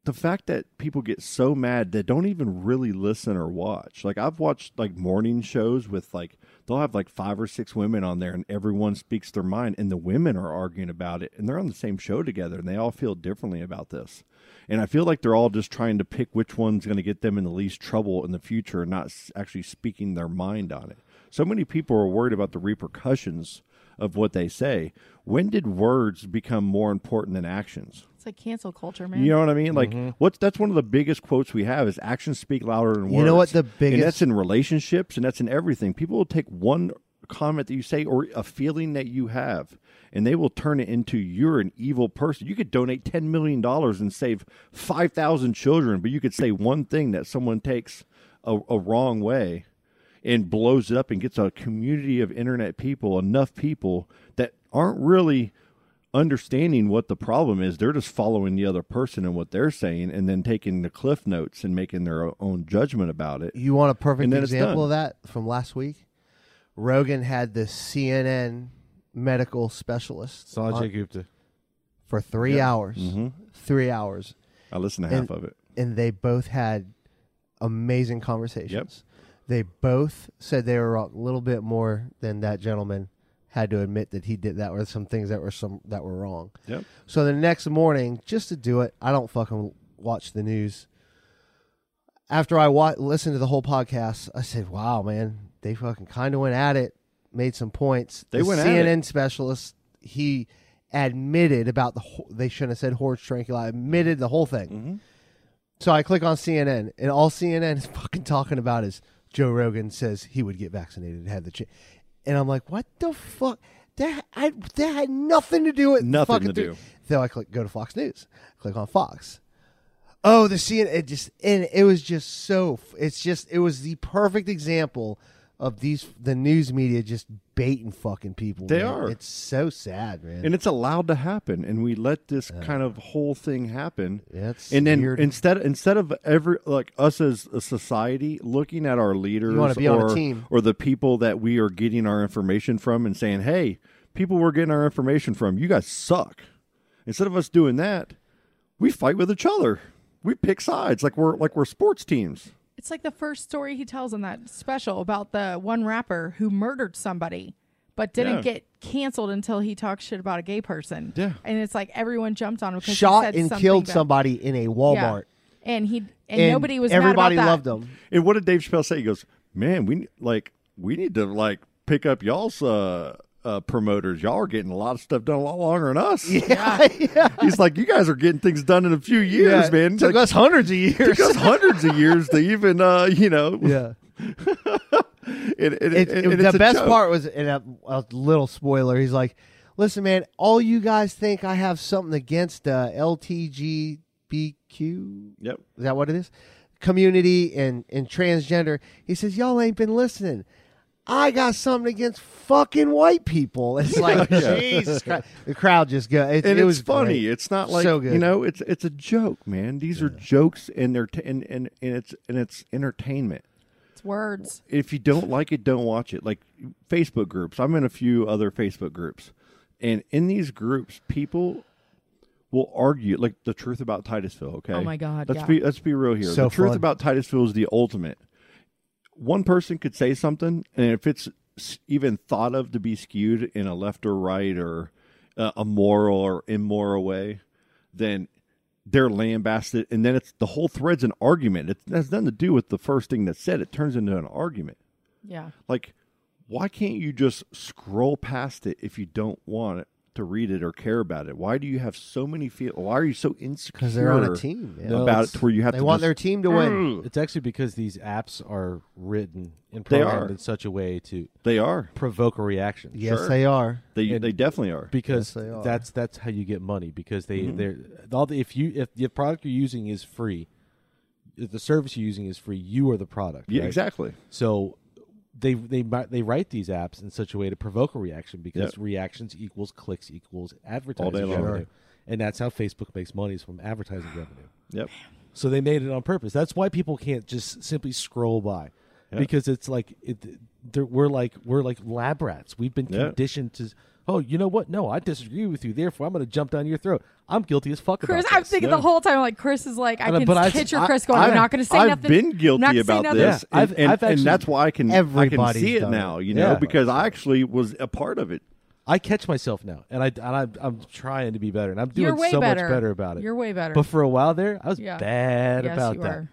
[SPEAKER 7] the fact that people get so mad they don't even really listen or watch. Like I've watched like morning shows with like they'll have like five or six women on there and everyone speaks their mind and the women are arguing about it and they're on the same show together and they all feel differently about this. And I feel like they're all just trying to pick which one's going to get them in the least trouble in the future and not s- actually speaking their mind on it. So many people are worried about the repercussions of what they say. When did words become more important than actions?
[SPEAKER 8] It's like cancel culture, man.
[SPEAKER 7] You know what I mean? Like what's that's one of the biggest quotes we have is actions speak louder than words.
[SPEAKER 1] You know what the
[SPEAKER 7] and
[SPEAKER 1] biggest-
[SPEAKER 7] that's in relationships and that's in everything. People will take one comment that you say or a feeling that you have and they will turn it into you're an evil person. You could donate 10 million dollars and save 5,000 children, but you could say one thing that someone takes a, a wrong way and blows it up and gets a community of internet people, enough people that aren't really understanding what the problem is. They're just following the other person and what they're saying and then taking the cliff notes and making their own judgment about it.
[SPEAKER 1] You want a
[SPEAKER 7] And
[SPEAKER 1] perfect
[SPEAKER 7] then it's
[SPEAKER 1] example of
[SPEAKER 7] done.
[SPEAKER 1] that from last week? Rogan had the CNN medical specialist
[SPEAKER 9] Sanjay
[SPEAKER 7] Uh,
[SPEAKER 1] on-
[SPEAKER 9] Gupta.
[SPEAKER 1] for three
[SPEAKER 7] Yeah.
[SPEAKER 1] hours.
[SPEAKER 7] Mhm.
[SPEAKER 1] Three hours.
[SPEAKER 7] I listened to half
[SPEAKER 1] And-
[SPEAKER 7] of it.
[SPEAKER 1] And they both had amazing conversations. They both said they were a little bit more than that gentleman had to admit that he did that were some things that were some that were wrong.
[SPEAKER 7] Yep.
[SPEAKER 1] So the next morning, just to do it, I don't fucking watch the news. After I wa- listened to the whole podcast, I said, "Wow, man, they fucking kind of went at it, made some points."
[SPEAKER 7] They
[SPEAKER 1] The
[SPEAKER 7] went at
[SPEAKER 1] CNN specialist. He admitted about the wh- they shouldn't have said horse Trankula. Admitted the whole
[SPEAKER 7] Mm-hmm.
[SPEAKER 1] thing. So I click on CNN, and all CNN is fucking talking about is Joe Rogan says he would get vaccinated had the chance. And I'm like, what the fuck? That I, that had nothing to do with
[SPEAKER 7] Nothing
[SPEAKER 1] fucking
[SPEAKER 7] to do.
[SPEAKER 1] thi- So I click go to Fox News, click on Fox. Oh, the CNN. It just and it was just so. f- It's just it was the perfect example of these the news media just baiting fucking people.
[SPEAKER 7] They
[SPEAKER 1] man.
[SPEAKER 7] are.
[SPEAKER 1] It's so sad, man.
[SPEAKER 7] And it's allowed to happen and we let this kind of whole thing happen.
[SPEAKER 1] Yeah, it's
[SPEAKER 7] and then
[SPEAKER 1] weird.
[SPEAKER 7] instead instead of every like us as a society looking at our leaders
[SPEAKER 1] wanna be on a
[SPEAKER 7] or
[SPEAKER 1] team.
[SPEAKER 7] or the people that we are getting our information from and saying, "Hey, people we're getting our information from, you guys suck." Instead of us doing that, we fight with each other. We pick sides like we're like we're sports teams.
[SPEAKER 8] It's like the first story he tells in that special about the one rapper who murdered somebody but didn't
[SPEAKER 7] Yeah.
[SPEAKER 8] get canceled until he talked shit about a gay person.
[SPEAKER 7] Yeah.
[SPEAKER 8] And it's like everyone jumped on him because he
[SPEAKER 1] Shot
[SPEAKER 8] said
[SPEAKER 1] and
[SPEAKER 8] something
[SPEAKER 1] killed
[SPEAKER 8] about-
[SPEAKER 1] somebody in a Walmart.
[SPEAKER 8] Yeah. And he and,
[SPEAKER 1] And
[SPEAKER 8] nobody was
[SPEAKER 1] everybody
[SPEAKER 8] mad about
[SPEAKER 1] loved
[SPEAKER 8] that.
[SPEAKER 1] him.
[SPEAKER 7] And what did Dave Chappelle say? He goes, "Man, we like we need to like pick up y'all's uh, uh, promoters. Y'all are getting a lot of stuff done a lot longer than us."
[SPEAKER 1] Yeah, yeah.
[SPEAKER 7] He's like, "You guys are getting things done in a few years, man.
[SPEAKER 1] Took
[SPEAKER 7] Like,
[SPEAKER 1] us hundreds of
[SPEAKER 7] took
[SPEAKER 1] years.
[SPEAKER 7] us hundreds of years to even, uh, you know."
[SPEAKER 1] yeah.
[SPEAKER 7] And, and-
[SPEAKER 1] It,
[SPEAKER 7] and-
[SPEAKER 1] it-
[SPEAKER 7] and
[SPEAKER 1] the
[SPEAKER 7] it's a
[SPEAKER 1] best
[SPEAKER 7] joke.
[SPEAKER 1] part was in a, a little spoiler. He's like, "Listen, man, all you guys think I have something against uh, LTGBQ?
[SPEAKER 7] Yep.
[SPEAKER 1] Is that what it is? Community and and transgender." He says, "Y'all ain't been listening." I got something against fucking white people. It's like
[SPEAKER 7] Yeah.
[SPEAKER 1] Jesus Christ. The crowd just go. It,
[SPEAKER 7] and
[SPEAKER 1] it
[SPEAKER 7] it's
[SPEAKER 1] was
[SPEAKER 7] funny.
[SPEAKER 1] great.
[SPEAKER 7] It's not like
[SPEAKER 1] so good.
[SPEAKER 7] you know. It's it's a joke, man. These are jokes, and they're t- and, and and it's and it's entertainment.
[SPEAKER 8] It's words.
[SPEAKER 7] if you don't like it, don't watch it. Like Facebook groups, I'm in a few other Facebook groups, and in these groups, people will argue like the truth about Titusville. Okay,
[SPEAKER 8] Oh my God,
[SPEAKER 7] let's
[SPEAKER 8] yeah.
[SPEAKER 7] be let's be real here.
[SPEAKER 1] So
[SPEAKER 7] the truth
[SPEAKER 1] fun.
[SPEAKER 7] about Titusville is the ultimate. One person could say something, and if it's s- even thought of to be skewed in a left or right or uh, a moral or immoral way, then they're lambasted, and then it's the whole thread's an argument. It has nothing to do with the first thing that's said. It turns into an argument.
[SPEAKER 8] Yeah.
[SPEAKER 7] Like, why can't you just scroll past it if you don't want it to read it or care about it? Why do you have so many feel? Why are you so insecure? Because
[SPEAKER 1] they're on a team, yeah. No,
[SPEAKER 7] about it,
[SPEAKER 9] it's-
[SPEAKER 7] to where you have
[SPEAKER 1] they
[SPEAKER 7] to
[SPEAKER 1] want
[SPEAKER 7] just- Mm.
[SPEAKER 1] their team to win.
[SPEAKER 9] It's actually because these apps are written and
[SPEAKER 7] They
[SPEAKER 9] programmed
[SPEAKER 7] are.
[SPEAKER 9] in such a way to
[SPEAKER 7] They are.
[SPEAKER 9] provoke a reaction.
[SPEAKER 1] Yes,
[SPEAKER 7] Sure.
[SPEAKER 1] they are.
[SPEAKER 7] They
[SPEAKER 9] And-
[SPEAKER 7] they definitely are. Mm-hmm.
[SPEAKER 9] because
[SPEAKER 1] Yes, they are.
[SPEAKER 9] that's that's how you get money because they they're all the, if you if the product you're using is free if the service you're using is free you are the product
[SPEAKER 7] Yeah,
[SPEAKER 9] right?
[SPEAKER 7] exactly.
[SPEAKER 9] so they they mi- they write these apps in such a way to provoke a reaction because
[SPEAKER 7] Yep.
[SPEAKER 9] reactions equals clicks equals advertising
[SPEAKER 7] long.
[SPEAKER 9] revenue. and that's how Facebook makes money is from advertising revenue.
[SPEAKER 7] Yep.
[SPEAKER 9] So they made it on purpose. That's why people can't just simply scroll by,
[SPEAKER 7] Yeah.
[SPEAKER 9] because it's like it, they're- we're like we're like lab rats. We've been
[SPEAKER 7] Yeah.
[SPEAKER 9] conditioned to. Oh, you know what? No, I disagree with you. Therefore, I'm going to jump down your throat. I'm guilty as fuck.
[SPEAKER 8] Chris,
[SPEAKER 9] about
[SPEAKER 8] I'm
[SPEAKER 9] this.
[SPEAKER 8] thinking the whole time, like, Chris is like, I
[SPEAKER 9] And I-
[SPEAKER 8] can
[SPEAKER 9] but I-
[SPEAKER 8] picture
[SPEAKER 9] I-
[SPEAKER 8] Chris going,
[SPEAKER 9] I-
[SPEAKER 8] I'm not going to say
[SPEAKER 7] I've
[SPEAKER 8] nothing.
[SPEAKER 7] been
[SPEAKER 8] not
[SPEAKER 7] guilty
[SPEAKER 8] gonna say
[SPEAKER 7] about
[SPEAKER 8] nothing."
[SPEAKER 7] this,
[SPEAKER 9] Yeah,
[SPEAKER 7] and,
[SPEAKER 9] I've-
[SPEAKER 7] and,
[SPEAKER 9] I've
[SPEAKER 7] and
[SPEAKER 9] actually-
[SPEAKER 7] that's why I can I can
[SPEAKER 1] Everybody's
[SPEAKER 7] see it
[SPEAKER 1] done
[SPEAKER 7] now.
[SPEAKER 1] it.
[SPEAKER 7] You know,
[SPEAKER 9] Yeah.
[SPEAKER 7] because I actually was a part of it.
[SPEAKER 9] I catch myself now, and I and I'm, I'm trying to be better, and I'm doing
[SPEAKER 8] You're way
[SPEAKER 9] so
[SPEAKER 8] better.
[SPEAKER 9] much better about it.
[SPEAKER 8] You're way better.
[SPEAKER 9] But for a while there, I was
[SPEAKER 8] Yeah.
[SPEAKER 9] bad
[SPEAKER 8] Yes,
[SPEAKER 9] about
[SPEAKER 8] you
[SPEAKER 9] that.
[SPEAKER 8] were.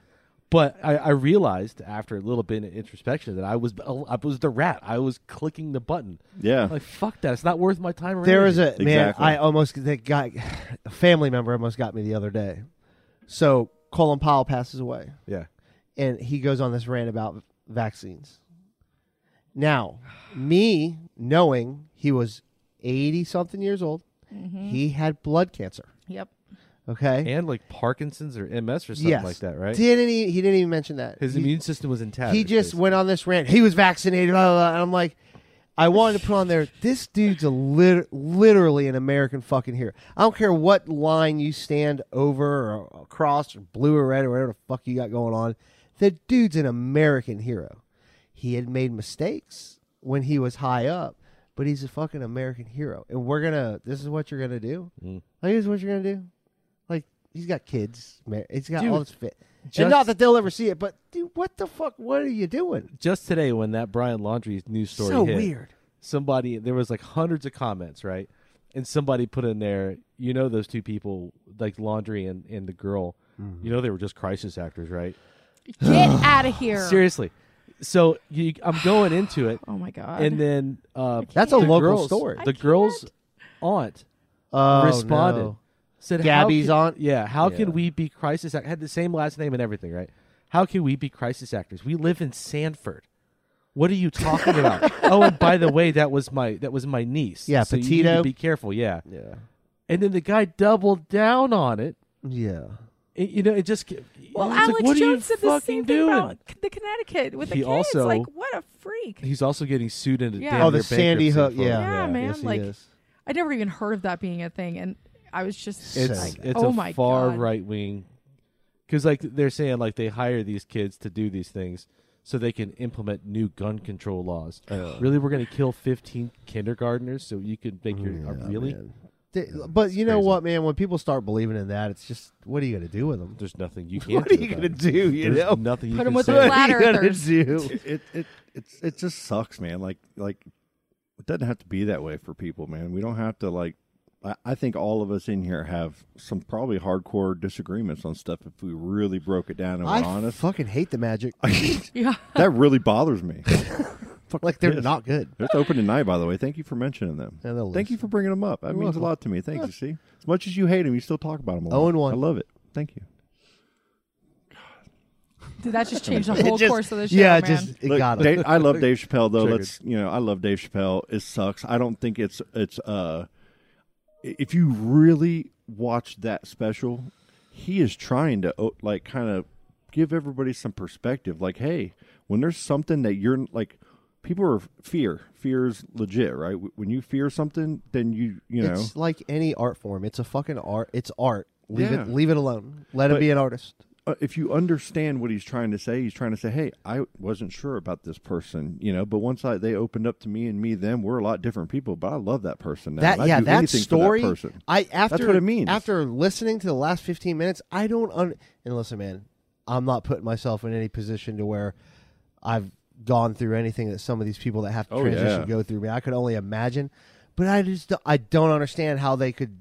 [SPEAKER 9] But I, I realized after a little bit of introspection that I was I was the rat. I was clicking the button.
[SPEAKER 7] Yeah.
[SPEAKER 9] like fuck that. It's not worth my time. Or
[SPEAKER 1] There was a
[SPEAKER 9] energy.
[SPEAKER 1] man.
[SPEAKER 7] Exactly.
[SPEAKER 1] I almost that guy, a family member almost got me the other day. So Colin Powell passes away,
[SPEAKER 9] yeah.
[SPEAKER 1] and he goes on this rant about vaccines. Now, me knowing he was eighty something years old, he had blood cancer.
[SPEAKER 8] Yep.
[SPEAKER 1] Okay,
[SPEAKER 9] And like Parkinson's or MS or something
[SPEAKER 1] yes,
[SPEAKER 9] like that, right?
[SPEAKER 1] Didn't he? He didn't even mention that
[SPEAKER 9] His
[SPEAKER 1] He-
[SPEAKER 9] immune system was intact.
[SPEAKER 1] He just went on this rant. He was vaccinated. Blah, blah, blah. And I'm like, I wanted to put on there. This dude's a lit- literally an American fucking hero. I don't care what line you stand over or across or blue or red or whatever the fuck you got going on. The dude's an American hero. He had made mistakes when he was high up, but he's a fucking American hero. And we're gonna. This is what you're gonna do. Like this is what you're gonna do. Like he's got kids. mar- He's got all
[SPEAKER 9] Dude,
[SPEAKER 1] this fit.
[SPEAKER 9] just-
[SPEAKER 1] and not that they'll ever see it, but dude, what the fuck? What are you doing?
[SPEAKER 9] just today when that Brian Laundry news story
[SPEAKER 1] So
[SPEAKER 9] hit,
[SPEAKER 1] weird.
[SPEAKER 9] Somebody there was like hundreds of comments, right? And somebody put in there, you know, those two people, like Laundry and and the girl,
[SPEAKER 1] Mm-hmm.
[SPEAKER 9] you know, they were just crisis actors, right?
[SPEAKER 8] Get out of here.
[SPEAKER 9] Seriously. So you, I'm going into it,
[SPEAKER 8] Oh my God.
[SPEAKER 9] and then uh,
[SPEAKER 1] That's a
[SPEAKER 9] the
[SPEAKER 1] local
[SPEAKER 9] girl's-
[SPEAKER 1] story. I
[SPEAKER 9] The girl's aunt
[SPEAKER 1] Oh,
[SPEAKER 9] responded.
[SPEAKER 1] no.
[SPEAKER 9] Said how
[SPEAKER 1] Gabby's
[SPEAKER 9] can-
[SPEAKER 1] aunt?
[SPEAKER 9] Yeah. How can we be crisis? Act- had the same last name and everything, right? How can we be crisis actors? We live in Sanford. What are you talking about? oh, and by the way, that was my that was my niece.
[SPEAKER 1] Yeah,
[SPEAKER 9] so you need to
[SPEAKER 1] Petito.
[SPEAKER 9] be careful. Yeah. Yeah. And then the guy doubled down on it.
[SPEAKER 1] Yeah.
[SPEAKER 9] It- you know, it just
[SPEAKER 8] well,
[SPEAKER 9] it's like,
[SPEAKER 8] Alex
[SPEAKER 9] what are you
[SPEAKER 8] Jones said the
[SPEAKER 9] fucking
[SPEAKER 8] same
[SPEAKER 9] doing?
[SPEAKER 8] thing about the Connecticut with the
[SPEAKER 9] He
[SPEAKER 8] kids.
[SPEAKER 9] also-
[SPEAKER 8] like, what a freak.
[SPEAKER 9] He's also getting sued into
[SPEAKER 8] Yeah.
[SPEAKER 9] damn
[SPEAKER 8] Oh,
[SPEAKER 1] the
[SPEAKER 9] near
[SPEAKER 1] Sandy Hook,
[SPEAKER 9] bankruptcy for-
[SPEAKER 1] yeah.
[SPEAKER 8] Yeah, man,
[SPEAKER 1] Yes, he
[SPEAKER 8] like-
[SPEAKER 1] is.
[SPEAKER 8] I never even heard of that being a thing, and I was just
[SPEAKER 1] It's-
[SPEAKER 8] like,
[SPEAKER 9] it's
[SPEAKER 8] oh
[SPEAKER 9] a
[SPEAKER 8] my
[SPEAKER 9] far
[SPEAKER 8] God.
[SPEAKER 9] right wing because like they're saying like they hire these kids to do these things so they can implement new gun control laws really we're going to kill 15 kindergartners so you can make
[SPEAKER 1] Mm,
[SPEAKER 9] your uh, really
[SPEAKER 1] They- but you know what, man? When people start believing in that, it's just what are you gonna do with them?
[SPEAKER 9] there's nothing you can
[SPEAKER 1] What are
[SPEAKER 9] do
[SPEAKER 1] you
[SPEAKER 9] about
[SPEAKER 1] gonna
[SPEAKER 9] it.
[SPEAKER 1] do? You
[SPEAKER 9] There's
[SPEAKER 1] know,
[SPEAKER 9] nothing you
[SPEAKER 8] Put
[SPEAKER 9] can
[SPEAKER 8] 'em with
[SPEAKER 9] say.
[SPEAKER 8] the
[SPEAKER 1] what are
[SPEAKER 8] Bladder
[SPEAKER 1] you gonna
[SPEAKER 8] thirst.
[SPEAKER 1] do?
[SPEAKER 7] It it it's, it just sucks, man. Like like it doesn't have to be that way for people, man. We don't have to like. I, I think all of us in here have some probably hardcore disagreements on stuff. If we really broke it down and were
[SPEAKER 1] I
[SPEAKER 7] honest,
[SPEAKER 1] fucking hate the magic.
[SPEAKER 8] Yeah.
[SPEAKER 7] that really bothers me.
[SPEAKER 1] like they're
[SPEAKER 7] pissed.
[SPEAKER 1] not good.
[SPEAKER 7] It's open tonight, by the way. Thank you for mentioning them.
[SPEAKER 1] Yeah, they'll
[SPEAKER 7] Thank you for bringing them up. That means a lot to me. Thank you. See, as much as you hate them, you still talk about them. A lot.
[SPEAKER 1] Oh, and one.
[SPEAKER 7] I love it. Thank you.
[SPEAKER 8] Did that just change the whole
[SPEAKER 1] Just-
[SPEAKER 8] course of the show?
[SPEAKER 1] yeah,
[SPEAKER 8] man?
[SPEAKER 1] just it
[SPEAKER 7] Look,
[SPEAKER 1] got 'em.
[SPEAKER 7] Dave- I love Dave Chappelle though.
[SPEAKER 9] Triggered.
[SPEAKER 7] Let's you know, I love Dave Chappelle. It sucks. I don't think it's it's uh i- if you really watch that special, he is trying to oh, like kind of give everybody some perspective. Like, hey, when there's something that you're like people are fear. Fear is legit, right? Wh- When you fear something, then you you know
[SPEAKER 1] It's like any art form. It's a fucking art. It's art. Leave
[SPEAKER 7] Yeah.
[SPEAKER 1] it. Leave it alone. Let him
[SPEAKER 7] But-
[SPEAKER 1] be an artist.
[SPEAKER 7] uh, if you understand what he's trying to say, he's trying to say, "Hey, I wasn't sure about this person, you know, but once I they opened up to me and me them, we're a lot different people. But I love that person now.
[SPEAKER 1] That
[SPEAKER 7] and I'd
[SPEAKER 1] yeah,
[SPEAKER 7] do
[SPEAKER 1] that
[SPEAKER 7] anything
[SPEAKER 1] story.
[SPEAKER 7] For that person.
[SPEAKER 1] I after
[SPEAKER 7] what it means.
[SPEAKER 1] After listening to the last fifteen minutes, I don't. Un- and listen, man, I'm not putting myself in any position to where I've gone through anything that some of these people that have to
[SPEAKER 7] Oh,
[SPEAKER 1] transition
[SPEAKER 7] yeah.
[SPEAKER 1] go through. Man, I could only imagine. But I just don't- I don't understand how they could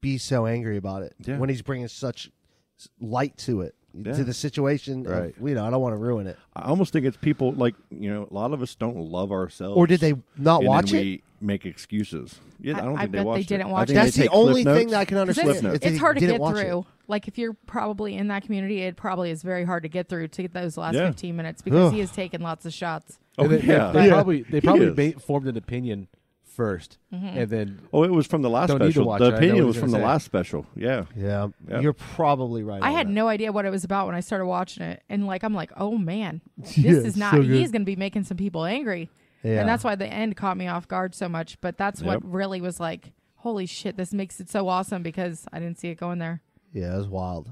[SPEAKER 1] be so angry about it
[SPEAKER 7] Yeah.
[SPEAKER 1] when he's bringing such s- light to it
[SPEAKER 7] Yeah.
[SPEAKER 1] to the situation. of,
[SPEAKER 7] Right.
[SPEAKER 1] you know, I don't want to ruin it.
[SPEAKER 7] I almost think it's people like you know, a lot of us don't love ourselves,
[SPEAKER 1] Or did they not
[SPEAKER 7] and
[SPEAKER 1] watch
[SPEAKER 7] then
[SPEAKER 1] it?
[SPEAKER 7] we Make excuses. Yeah, I,
[SPEAKER 8] I-
[SPEAKER 7] don't think
[SPEAKER 8] I
[SPEAKER 7] they
[SPEAKER 8] bet they
[SPEAKER 7] watched.
[SPEAKER 8] didn't
[SPEAKER 7] it.
[SPEAKER 8] watch
[SPEAKER 7] I think
[SPEAKER 8] it.
[SPEAKER 7] they
[SPEAKER 1] That's the
[SPEAKER 7] take Cliff
[SPEAKER 1] only
[SPEAKER 7] notes.
[SPEAKER 1] thing that I can
[SPEAKER 8] Because
[SPEAKER 1] understand.
[SPEAKER 7] Cliff notes.
[SPEAKER 1] that
[SPEAKER 8] it's
[SPEAKER 1] he
[SPEAKER 8] hard to
[SPEAKER 1] didn't
[SPEAKER 8] get
[SPEAKER 1] watch it.
[SPEAKER 8] through. Like if you're probably in that community, it probably is very hard to get through to get those last
[SPEAKER 7] Yeah.
[SPEAKER 8] 15 minutes because
[SPEAKER 1] Ugh.
[SPEAKER 8] he has taken lots of shots.
[SPEAKER 7] Oh,
[SPEAKER 9] they, they-
[SPEAKER 7] yeah.
[SPEAKER 9] they
[SPEAKER 7] Yeah.
[SPEAKER 9] probably
[SPEAKER 7] He
[SPEAKER 9] they probably
[SPEAKER 7] is.
[SPEAKER 9] made, formed an opinion 1st
[SPEAKER 8] Mm-hmm.
[SPEAKER 9] and then
[SPEAKER 7] Oh, it was from the last
[SPEAKER 9] Don't need to
[SPEAKER 7] special.
[SPEAKER 9] watch it. I
[SPEAKER 7] the
[SPEAKER 9] know
[SPEAKER 7] opinion
[SPEAKER 9] what
[SPEAKER 7] was
[SPEAKER 9] he's
[SPEAKER 7] from the
[SPEAKER 9] gonna say.
[SPEAKER 7] last special. Yeah,
[SPEAKER 1] Yeah,
[SPEAKER 7] Yeah.
[SPEAKER 1] you're probably right.
[SPEAKER 8] I
[SPEAKER 1] on
[SPEAKER 8] had
[SPEAKER 1] that.
[SPEAKER 8] no idea what it was about when I started watching it, and like I'm like, oh man, this
[SPEAKER 1] Yeah,
[SPEAKER 8] is
[SPEAKER 1] it's
[SPEAKER 8] not.
[SPEAKER 1] so good.
[SPEAKER 8] he's gonna be making some people angry,
[SPEAKER 1] Yeah.
[SPEAKER 8] and that's why the end caught me off guard so much. But that's
[SPEAKER 7] Yep.
[SPEAKER 8] what really was like, holy shit, this makes it so awesome because I didn't see it going there.
[SPEAKER 1] Yeah, it was wild.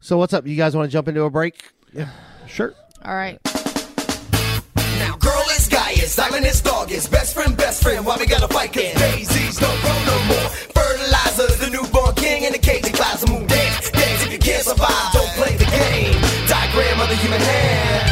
[SPEAKER 1] So what's up? You guys want to jump into a break? Yeah. Sure.
[SPEAKER 8] All right.
[SPEAKER 6] Now, girl is guy is, island is dog is, best friend, best friend. Why we gotta fight? Cause daisies don't grow no more. Fertilizer's the newborn king, and the cage declines the moon. Dance, dance if you can't survive, don't play the game. Diagram of the human hand.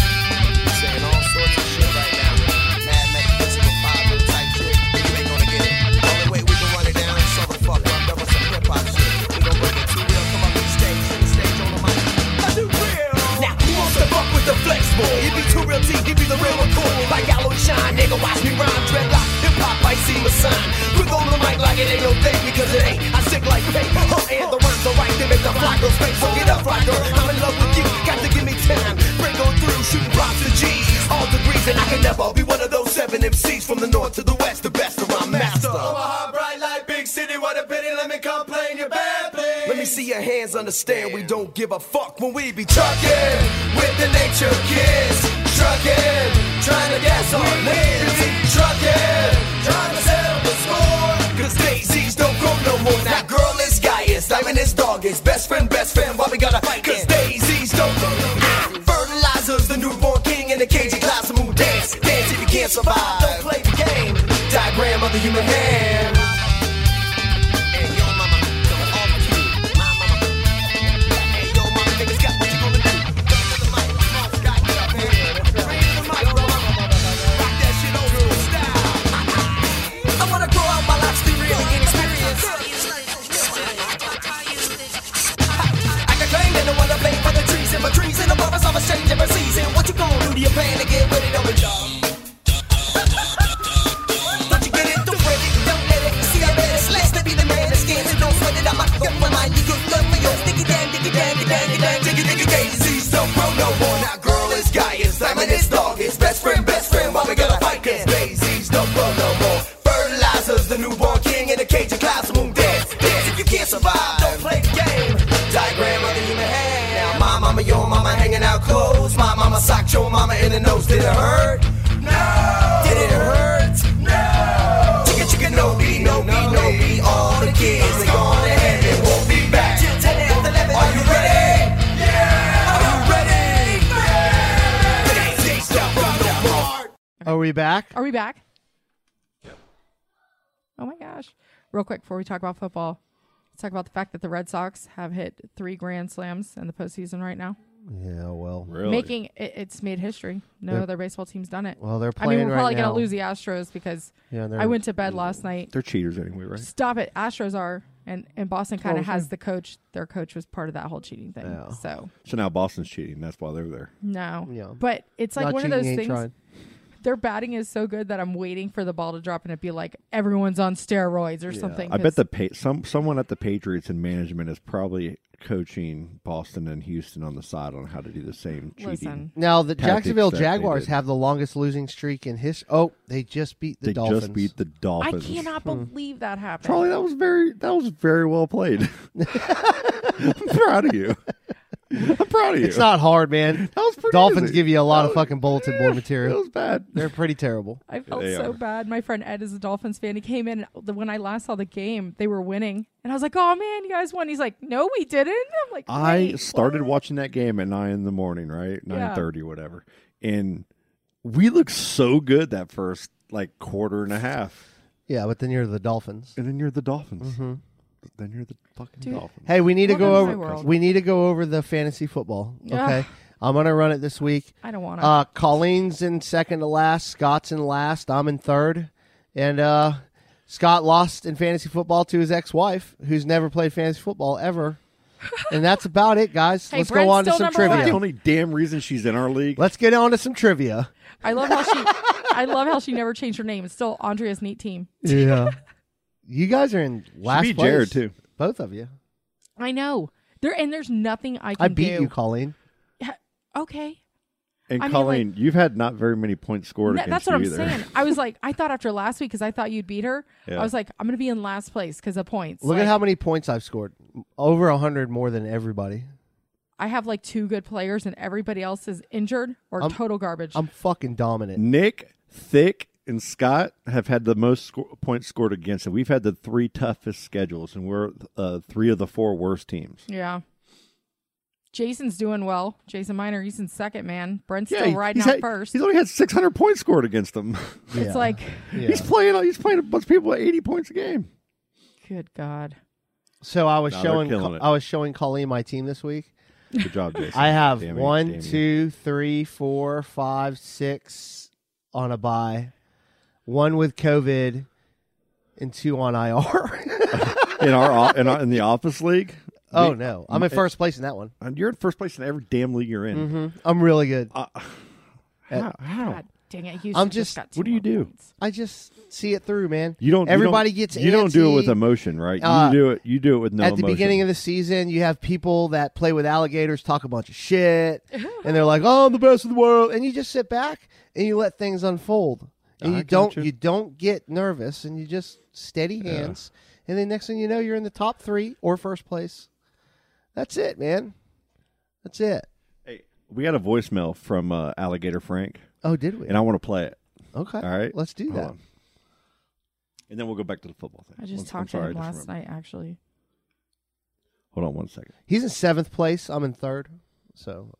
[SPEAKER 6] Saying all sorts of shit right now. Mad metaphysical fiber type shit. You ain't gonna get it. Only way we can run it down is solve the fuck up. That was some hip hop shit. We gon' bring it to real, come up on the stage, hit the stage on the mic. I do real. Now, who wants to fuck with the flex boy? It be two real T, it be the real McCoy. Like Allo Shine, nigga, watch me rhyme. Dreadlock, hip hop, I see my sign. Quick on the mic like it ain't no thing, because it ain't. I sick like paint. Huh, and the rhymes are right, they make the fly go space. So get up, fly girl, I'm in love with you. Got to give me time. Break on through, shooting props to G's. All degrees, and I can never be one of those seven MCs from the north to the west, the best of my master. Omaha, bright light, big city, what a pity, let me complain, you bad please. Let me see your hands, understand we don't give a fuck when we be trucking with the nature kids. Trucking, trying to gas our lids. Trucking, trying to settle the score. Cause daisies don't grow no more. Now, girl is guy is, diamond is dog is, best friend, best friend, why we gotta fight? Cause daisies don't grow no more. Fertilizer's the newborn king in the cage, class to move dance. Dance if you can't survive, don't play the game. Diagram of the human hand. I wanna grow out my life's theory and experience. I can claim that no other blame for the trees and my trees and the promise of a change every season. What you gonna do to your plan to get rid of the job? Don't you get it? Don't fret it. Don't let it. See, I bet it's less to be the man that skins and don't sweat it. I'm out of my mind. You good luck for your sticky dang, dicky dang, dicky dang, dicky dang, dicky dicky daisies. Don't grow no more. Now, girl is guy is diamond is dog is best friend, best friend. Why we gotta fight? Cause daisies don't grow no more. Fertilizer's the newborn king in the cage of classroom. Dance, dance if you can't survive. Don't play the game. Diagram of the human hand. Now, my mama, your mama hanging out clothes. My mama socked your mama in the nose. Did it hurt? Did it hurt? No. Chicken, chicken, no be, no be, no be. All the kids are gone to heaven, won't be back. Till 10 after 11. Are you ready? Yeah. Are you ready? Daisies don't grow no more.
[SPEAKER 1] Are we back?
[SPEAKER 8] Are we back? Oh my gosh. Real quick before we talk about football, let's talk about the fact that the Red Sox have hit three grand slams in the postseason right now.
[SPEAKER 1] Yeah. Well.
[SPEAKER 8] Making it, it's made history. No
[SPEAKER 1] They're-
[SPEAKER 8] other baseball team's done it.
[SPEAKER 1] Well, they're
[SPEAKER 8] I
[SPEAKER 1] playing
[SPEAKER 8] mean, we're
[SPEAKER 1] right
[SPEAKER 8] probably
[SPEAKER 1] now.
[SPEAKER 8] gonna lose the Astros because
[SPEAKER 1] Yeah, they're-
[SPEAKER 8] I went to bed last night.
[SPEAKER 7] They're cheaters anyway, right?
[SPEAKER 8] Stop it. Astros are and, and Boston kind
[SPEAKER 7] Oh,
[SPEAKER 8] of has
[SPEAKER 7] yeah.
[SPEAKER 8] the coach. Their coach was part of that whole cheating thing.
[SPEAKER 7] Yeah.
[SPEAKER 8] So
[SPEAKER 7] So now Boston's cheating. That's why they're there.
[SPEAKER 8] no.
[SPEAKER 1] Yeah.
[SPEAKER 8] But it's like
[SPEAKER 1] Not
[SPEAKER 8] one of
[SPEAKER 1] cheating,
[SPEAKER 8] those
[SPEAKER 1] ain't
[SPEAKER 8] things.
[SPEAKER 1] trying.
[SPEAKER 8] Their batting is so good that I'm waiting for the ball to drop and it'd be like everyone's on steroids or something.
[SPEAKER 7] I bet
[SPEAKER 8] 'cause-
[SPEAKER 7] the pa- some someone at the Patriots in management is probably coaching Boston and Houston on the side on how to do the same cheating.
[SPEAKER 8] Listen.
[SPEAKER 1] Now the
[SPEAKER 7] tactics
[SPEAKER 1] Jacksonville
[SPEAKER 7] that they
[SPEAKER 1] Jaguars
[SPEAKER 7] did.
[SPEAKER 1] have the longest losing streak in his. Oh, they just beat the
[SPEAKER 7] They
[SPEAKER 1] Dolphins.
[SPEAKER 7] just beat the
[SPEAKER 8] I
[SPEAKER 7] Dolphins.
[SPEAKER 8] cannot believe that happened.
[SPEAKER 7] Charlie, that was very that was very well played. I'm proud of you. I'm proud of you.
[SPEAKER 1] It's not hard, man.
[SPEAKER 7] That was pretty
[SPEAKER 1] Dolphins
[SPEAKER 7] easy.
[SPEAKER 1] give you a lot of
[SPEAKER 7] That was-
[SPEAKER 1] fucking bulletin board material.
[SPEAKER 7] That was bad.
[SPEAKER 1] They're pretty terrible.
[SPEAKER 8] I felt
[SPEAKER 7] They
[SPEAKER 8] so
[SPEAKER 7] are.
[SPEAKER 8] bad. My friend Ed is a Dolphins fan. He came in and the- when I last saw the game, they were winning, and I was like, "Oh man, you guys won." He's like, "No, we didn't." I'm like,
[SPEAKER 7] I
[SPEAKER 8] "Wait,
[SPEAKER 7] started
[SPEAKER 8] what?"
[SPEAKER 7] watching that game at nine in the morning, right?
[SPEAKER 8] Yeah.
[SPEAKER 7] Nine thirty, whatever. And we looked so good that first like quarter and a half.
[SPEAKER 1] Yeah, but then you're the Dolphins.
[SPEAKER 7] And then you're the Dolphins.
[SPEAKER 8] Mm-hmm.
[SPEAKER 7] Then you're the fucking
[SPEAKER 8] Dude.
[SPEAKER 7] Dolphins.
[SPEAKER 1] Hey, we need to
[SPEAKER 8] Welcome
[SPEAKER 1] go
[SPEAKER 8] to my
[SPEAKER 1] over.
[SPEAKER 8] world.
[SPEAKER 1] We need to go over the fantasy football. Okay,
[SPEAKER 8] Yeah.
[SPEAKER 1] I'm gonna run it this week.
[SPEAKER 8] I don't want to.
[SPEAKER 1] Uh, Colleen's in second to last. Scott's in last. I'm in third. And uh, Scott lost in fantasy football to his ex-wife, who's never played fantasy football ever. and that's about it, guys.
[SPEAKER 8] Hey,
[SPEAKER 1] Let's go
[SPEAKER 8] Brent's
[SPEAKER 1] on to
[SPEAKER 8] still
[SPEAKER 1] some
[SPEAKER 8] number one.
[SPEAKER 1] trivia.
[SPEAKER 7] The only damn reason she's in our league.
[SPEAKER 1] Let's get on to some trivia.
[SPEAKER 8] I love how she. I love how she never changed her name. It's still Andrea's neat team.
[SPEAKER 1] Yeah. you guys are in last
[SPEAKER 7] beat
[SPEAKER 1] place.
[SPEAKER 7] Jared, too.
[SPEAKER 1] Both of you.
[SPEAKER 8] I know there, and there's nothing I can
[SPEAKER 1] I beat
[SPEAKER 8] do.
[SPEAKER 1] you, Colleen.
[SPEAKER 8] Okay,
[SPEAKER 7] and
[SPEAKER 8] I mean,
[SPEAKER 7] Colleen, you've had not very many points scored
[SPEAKER 8] No,
[SPEAKER 7] against
[SPEAKER 8] that's what I'm
[SPEAKER 7] you either.
[SPEAKER 8] saying. I was like, I thought after last week because I thought you'd beat her.
[SPEAKER 7] Yeah.
[SPEAKER 8] I was like, I'm gonna be in last place because of points.
[SPEAKER 1] Look
[SPEAKER 8] Like,
[SPEAKER 1] at how many points I've scored. Over 100 more than everybody.
[SPEAKER 8] I have like two good players, and everybody else is injured or
[SPEAKER 1] I'm-
[SPEAKER 8] total garbage.
[SPEAKER 1] I'm fucking dominant.
[SPEAKER 7] Nick Thick and Scott have had the most sco- points scored against it. We've had the three toughest schedules, and we're uh, three of the four worst teams.
[SPEAKER 8] Yeah. Jason's doing well. Jason Miner, he's in second, man. Brent's
[SPEAKER 7] Yeah,
[SPEAKER 8] still
[SPEAKER 7] he-
[SPEAKER 8] riding
[SPEAKER 7] he's
[SPEAKER 8] out
[SPEAKER 7] had-
[SPEAKER 8] first.
[SPEAKER 7] He's only had 600 points scored against him.
[SPEAKER 8] It's like-
[SPEAKER 7] he's playing. He's playing a bunch of people at 80 points a game.
[SPEAKER 8] Good God.
[SPEAKER 1] So I was
[SPEAKER 7] No, they're
[SPEAKER 1] showing
[SPEAKER 7] killing
[SPEAKER 1] Co-
[SPEAKER 7] it.
[SPEAKER 1] I was showing Colleen my team this week.
[SPEAKER 7] Good job, Jason.
[SPEAKER 1] I have
[SPEAKER 7] Damn you, damn
[SPEAKER 1] one,
[SPEAKER 7] you.
[SPEAKER 1] two, three, four, five, six on a buy, one with COVID, and two on IR.
[SPEAKER 7] in our o- in, our, in the office league.
[SPEAKER 1] Oh,
[SPEAKER 7] Me-
[SPEAKER 1] no. I'm in
[SPEAKER 7] it-
[SPEAKER 1] first place in that one.
[SPEAKER 7] And You're in first place in every damn league you're in.
[SPEAKER 8] Mm-hmm.
[SPEAKER 1] Mhm. I'm really good. At-
[SPEAKER 7] How? how?
[SPEAKER 8] God dang it. Houston
[SPEAKER 1] I'm
[SPEAKER 8] just,
[SPEAKER 1] just.
[SPEAKER 8] got two
[SPEAKER 7] What do you do?
[SPEAKER 1] I just see it through, man.
[SPEAKER 7] You don't.
[SPEAKER 1] Everybody
[SPEAKER 7] you don't,
[SPEAKER 1] gets.
[SPEAKER 7] You don't do it with
[SPEAKER 1] antsy.
[SPEAKER 7] emotion, right?
[SPEAKER 1] Uh,
[SPEAKER 7] you do it. You do it with no.
[SPEAKER 1] at the
[SPEAKER 7] emotion.
[SPEAKER 1] beginning of the season, you have people that play with alligators talk a bunch of shit, and they're like, "Oh, I'm the best in the world," and you just sit back and you let things unfold, and
[SPEAKER 7] I
[SPEAKER 1] you don't
[SPEAKER 7] gotcha.
[SPEAKER 1] you don't get nervous, and you just steady hands, and then next thing you know, you're in the top three or first place. That's it, man. That's it.
[SPEAKER 7] we had a voicemail from uh, Alligator Frank,
[SPEAKER 1] Oh, did we?
[SPEAKER 7] and I want to play it.
[SPEAKER 1] okay,
[SPEAKER 7] All right,
[SPEAKER 1] let's do
[SPEAKER 7] Hold
[SPEAKER 1] that.
[SPEAKER 7] on. And then we'll go back to the football thing.
[SPEAKER 8] I just
[SPEAKER 7] One- I'm
[SPEAKER 8] talked
[SPEAKER 7] sorry,
[SPEAKER 8] to him
[SPEAKER 7] I just
[SPEAKER 8] last
[SPEAKER 7] remembered.
[SPEAKER 8] night, actually.
[SPEAKER 7] Hold on one second.
[SPEAKER 1] He's in seventh place. I'm in third. So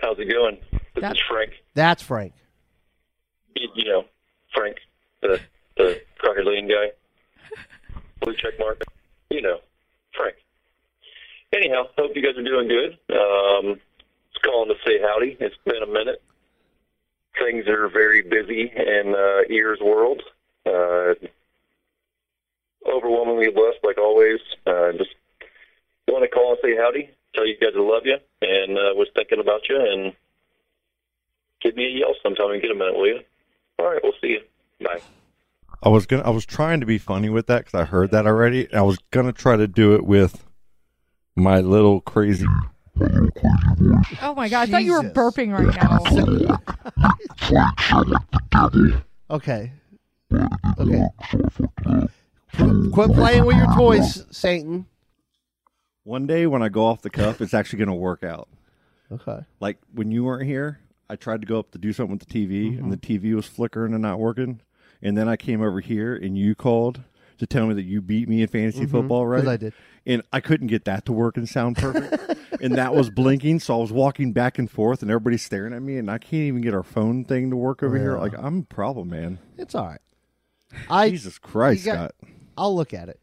[SPEAKER 10] How's it going? This
[SPEAKER 8] That-
[SPEAKER 10] is Frank.
[SPEAKER 1] that's Frank.
[SPEAKER 10] You, you know, Frank, the the Crocker Lane guy, blue check mark. You know, Frank. Anyhow, hope you guys are doing good. Um, just calling to say howdy. It's been a minute. Things are very busy in uh, ears world. Uh, overwhelmingly blessed, like always. Uh, just want to call and say howdy. Tell you guys I love you and uh, was thinking about you and give me a yell sometime and get a minute, will you? All right, we'll see you. Bye.
[SPEAKER 7] I was gonna. I was trying to be funny with that because I heard that already. I was gonna try to do it with my little crazy.
[SPEAKER 8] Oh, my God. I thought you were burping right now.
[SPEAKER 1] Okay. Okay. Qu- Quit playing with your toys, Satan.
[SPEAKER 7] One day when I go off the cuff, it's actually gonna work out.
[SPEAKER 1] Okay.
[SPEAKER 7] Like when you weren't here, I tried to go up to do something with the TV,
[SPEAKER 1] Mm-hmm.
[SPEAKER 7] and the TV was flickering and not working. And then I came over here, and you called to tell me that you beat me in fantasy
[SPEAKER 1] Mhm,
[SPEAKER 7] football, right?
[SPEAKER 1] 'cause I did.
[SPEAKER 7] And I couldn't get that to work and sound perfect. and that was blinking, so I was walking back and forth, and everybody's staring at me, and I can't even get our phone thing to work over here.
[SPEAKER 1] Yeah.
[SPEAKER 7] Like I'm a problem, man.
[SPEAKER 1] It's all right. I
[SPEAKER 7] Jesus Christ,
[SPEAKER 1] you
[SPEAKER 7] Scott.
[SPEAKER 1] I'll look at it.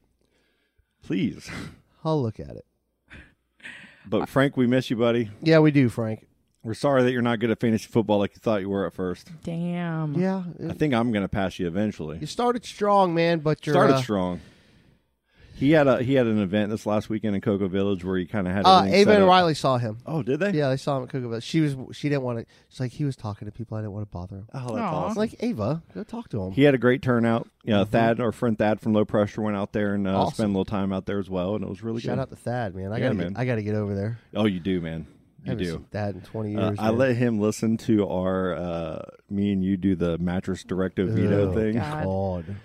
[SPEAKER 7] Please.
[SPEAKER 1] I'll look at it.
[SPEAKER 7] But Frank, we miss you, buddy.
[SPEAKER 1] Yeah, we do, Frank.
[SPEAKER 7] We're sorry that you're not good at fantasy football like you thought you were at first.
[SPEAKER 8] Damn.
[SPEAKER 1] Yeah.
[SPEAKER 7] I think I'm going to pass you eventually.
[SPEAKER 1] You started strong, man, but you're
[SPEAKER 7] started
[SPEAKER 1] uh,
[SPEAKER 7] strong. He had a he had an event this last weekend in Cocoa Village where he kind of had
[SPEAKER 1] Uh,
[SPEAKER 7] everything
[SPEAKER 1] Ava
[SPEAKER 7] set
[SPEAKER 1] and
[SPEAKER 7] up.
[SPEAKER 1] Riley saw him.
[SPEAKER 7] Oh, did they?
[SPEAKER 1] Yeah, they saw him at Cookville. She was she didn't want to. She's like he was talking to people. I didn't want to bother him.
[SPEAKER 7] Oh, that's
[SPEAKER 8] Aw.
[SPEAKER 7] awesome.
[SPEAKER 1] Like Ava, go talk to him.
[SPEAKER 7] He had a great turnout. Yeah, Thad, our friend Thad from Low Pressure, went out there and uh,
[SPEAKER 1] Awesome.
[SPEAKER 7] spent a little time out there as well, and it was really
[SPEAKER 1] Shout
[SPEAKER 7] good.
[SPEAKER 1] out to Thad, man. I
[SPEAKER 7] Yeah,
[SPEAKER 1] gotta
[SPEAKER 7] man.
[SPEAKER 1] Get, I gotta get over there.
[SPEAKER 7] oh, you do, man.
[SPEAKER 1] I
[SPEAKER 7] You
[SPEAKER 1] haven't
[SPEAKER 7] do.
[SPEAKER 1] seen Thad in twenty
[SPEAKER 7] Uh,
[SPEAKER 1] years.
[SPEAKER 7] I
[SPEAKER 1] man.
[SPEAKER 7] let him listen to our uh, me and you do the mattress directo veto
[SPEAKER 1] Oh,
[SPEAKER 7] thing.
[SPEAKER 8] God.
[SPEAKER 1] God.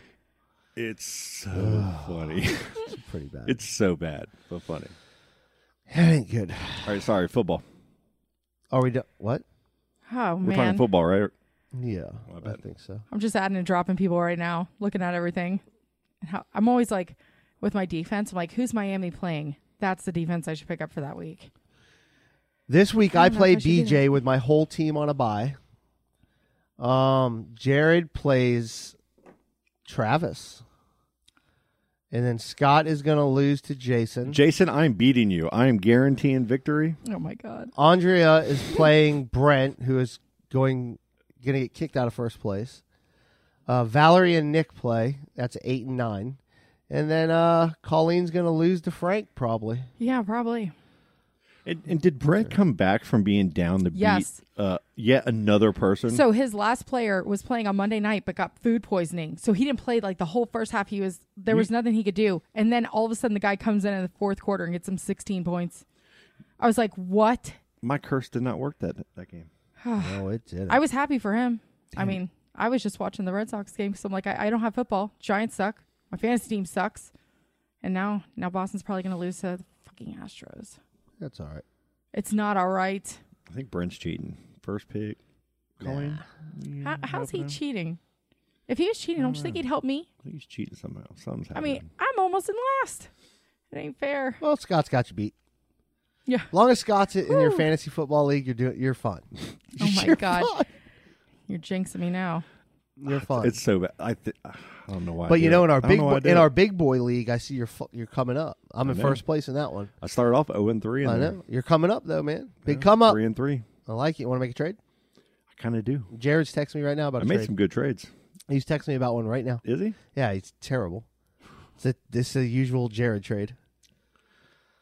[SPEAKER 7] It's so funny.
[SPEAKER 1] It's pretty bad.
[SPEAKER 7] it's so bad, but funny.
[SPEAKER 1] That ain't good.
[SPEAKER 7] All right, sorry, football.
[SPEAKER 1] Are we done? What?
[SPEAKER 8] Oh,
[SPEAKER 7] We're talking
[SPEAKER 8] man.
[SPEAKER 7] football, right?
[SPEAKER 1] Yeah,
[SPEAKER 7] My
[SPEAKER 1] I
[SPEAKER 7] bad.
[SPEAKER 1] think so.
[SPEAKER 8] I'm just adding and dropping people right now, looking at everything. And how- I'm always like, with my defense, I'm like, who's Miami playing? That's the defense I should pick up for that week.
[SPEAKER 1] This week
[SPEAKER 8] I
[SPEAKER 1] I,
[SPEAKER 8] don't know if
[SPEAKER 1] played
[SPEAKER 8] I should do
[SPEAKER 1] BJ with my whole team on a bye. Um, Jared plays Travis, and then Scott is going to lose to Jason.
[SPEAKER 7] Jason, I'm beating you. I am guaranteeing victory.
[SPEAKER 8] Oh, my God.
[SPEAKER 1] Andrea is playing Brent, who is going going to get kicked out of first place. Uh, Valerie and Nick play. That's eight and nine, and then uh, Colleen's going to lose to Frank probably.
[SPEAKER 8] Yeah, probably.
[SPEAKER 7] And, and did Brent come back from being down to
[SPEAKER 8] Yes.
[SPEAKER 7] beat uh, yet another person?
[SPEAKER 8] So his last player was playing on Monday night, but got food poisoning. So he didn't play like the whole first half. He was there was nothing he could do. And then all of a sudden, the guy comes in in the fourth quarter and gets him 16 points. I was like, what?
[SPEAKER 7] My curse did not work that that game.
[SPEAKER 1] No, it didn't.
[SPEAKER 8] I was happy for him. I mean, I was just watching the Red Sox game because I'm like, I, I don't have football. Giants suck. My fantasy team sucks. And now, now Boston's probably going to lose to the fucking Astros.
[SPEAKER 1] That's all right.
[SPEAKER 8] It's not all right.
[SPEAKER 7] I think Brent's cheating. First pick. Colleen.
[SPEAKER 8] How, how's he cheating? If he was cheating, don't you
[SPEAKER 7] Mm.
[SPEAKER 8] think he'd help me?
[SPEAKER 7] He's cheating somehow. Something's
[SPEAKER 8] I
[SPEAKER 7] happening.
[SPEAKER 8] mean, I'm almost in last. It ain't fair.
[SPEAKER 1] Well, Scott's got you beat.
[SPEAKER 8] Yeah.
[SPEAKER 1] Long as Scott's in your
[SPEAKER 8] Woo.
[SPEAKER 1] fantasy football league, you're doing you're fun.
[SPEAKER 8] Oh my god, you're jinxing me now.
[SPEAKER 1] You're fun.
[SPEAKER 7] It's so bad. I, th- I don't know why. I
[SPEAKER 1] but you
[SPEAKER 7] do
[SPEAKER 1] know,
[SPEAKER 7] it.
[SPEAKER 1] in our
[SPEAKER 7] I don't
[SPEAKER 1] big
[SPEAKER 7] know why I
[SPEAKER 1] bo-
[SPEAKER 7] do
[SPEAKER 1] in
[SPEAKER 7] it.
[SPEAKER 1] our big boy league, I see you're fu- you're coming up. I'm
[SPEAKER 7] I
[SPEAKER 1] in
[SPEAKER 7] know.
[SPEAKER 1] first place in that one.
[SPEAKER 7] I started off 0 and 3. In
[SPEAKER 1] I
[SPEAKER 7] there.
[SPEAKER 1] know you're coming up though, man. Big come up.
[SPEAKER 7] Three and three.
[SPEAKER 1] I like it. Want to make a trade?
[SPEAKER 7] I kind of do.
[SPEAKER 1] Jared's texting me right now about.
[SPEAKER 7] I
[SPEAKER 1] a
[SPEAKER 7] made
[SPEAKER 1] trade.
[SPEAKER 7] some good trades.
[SPEAKER 1] He's texting me about one right now.
[SPEAKER 7] Is he?
[SPEAKER 1] Yeah, he's terrible. It's a, this is the usual Jared trade.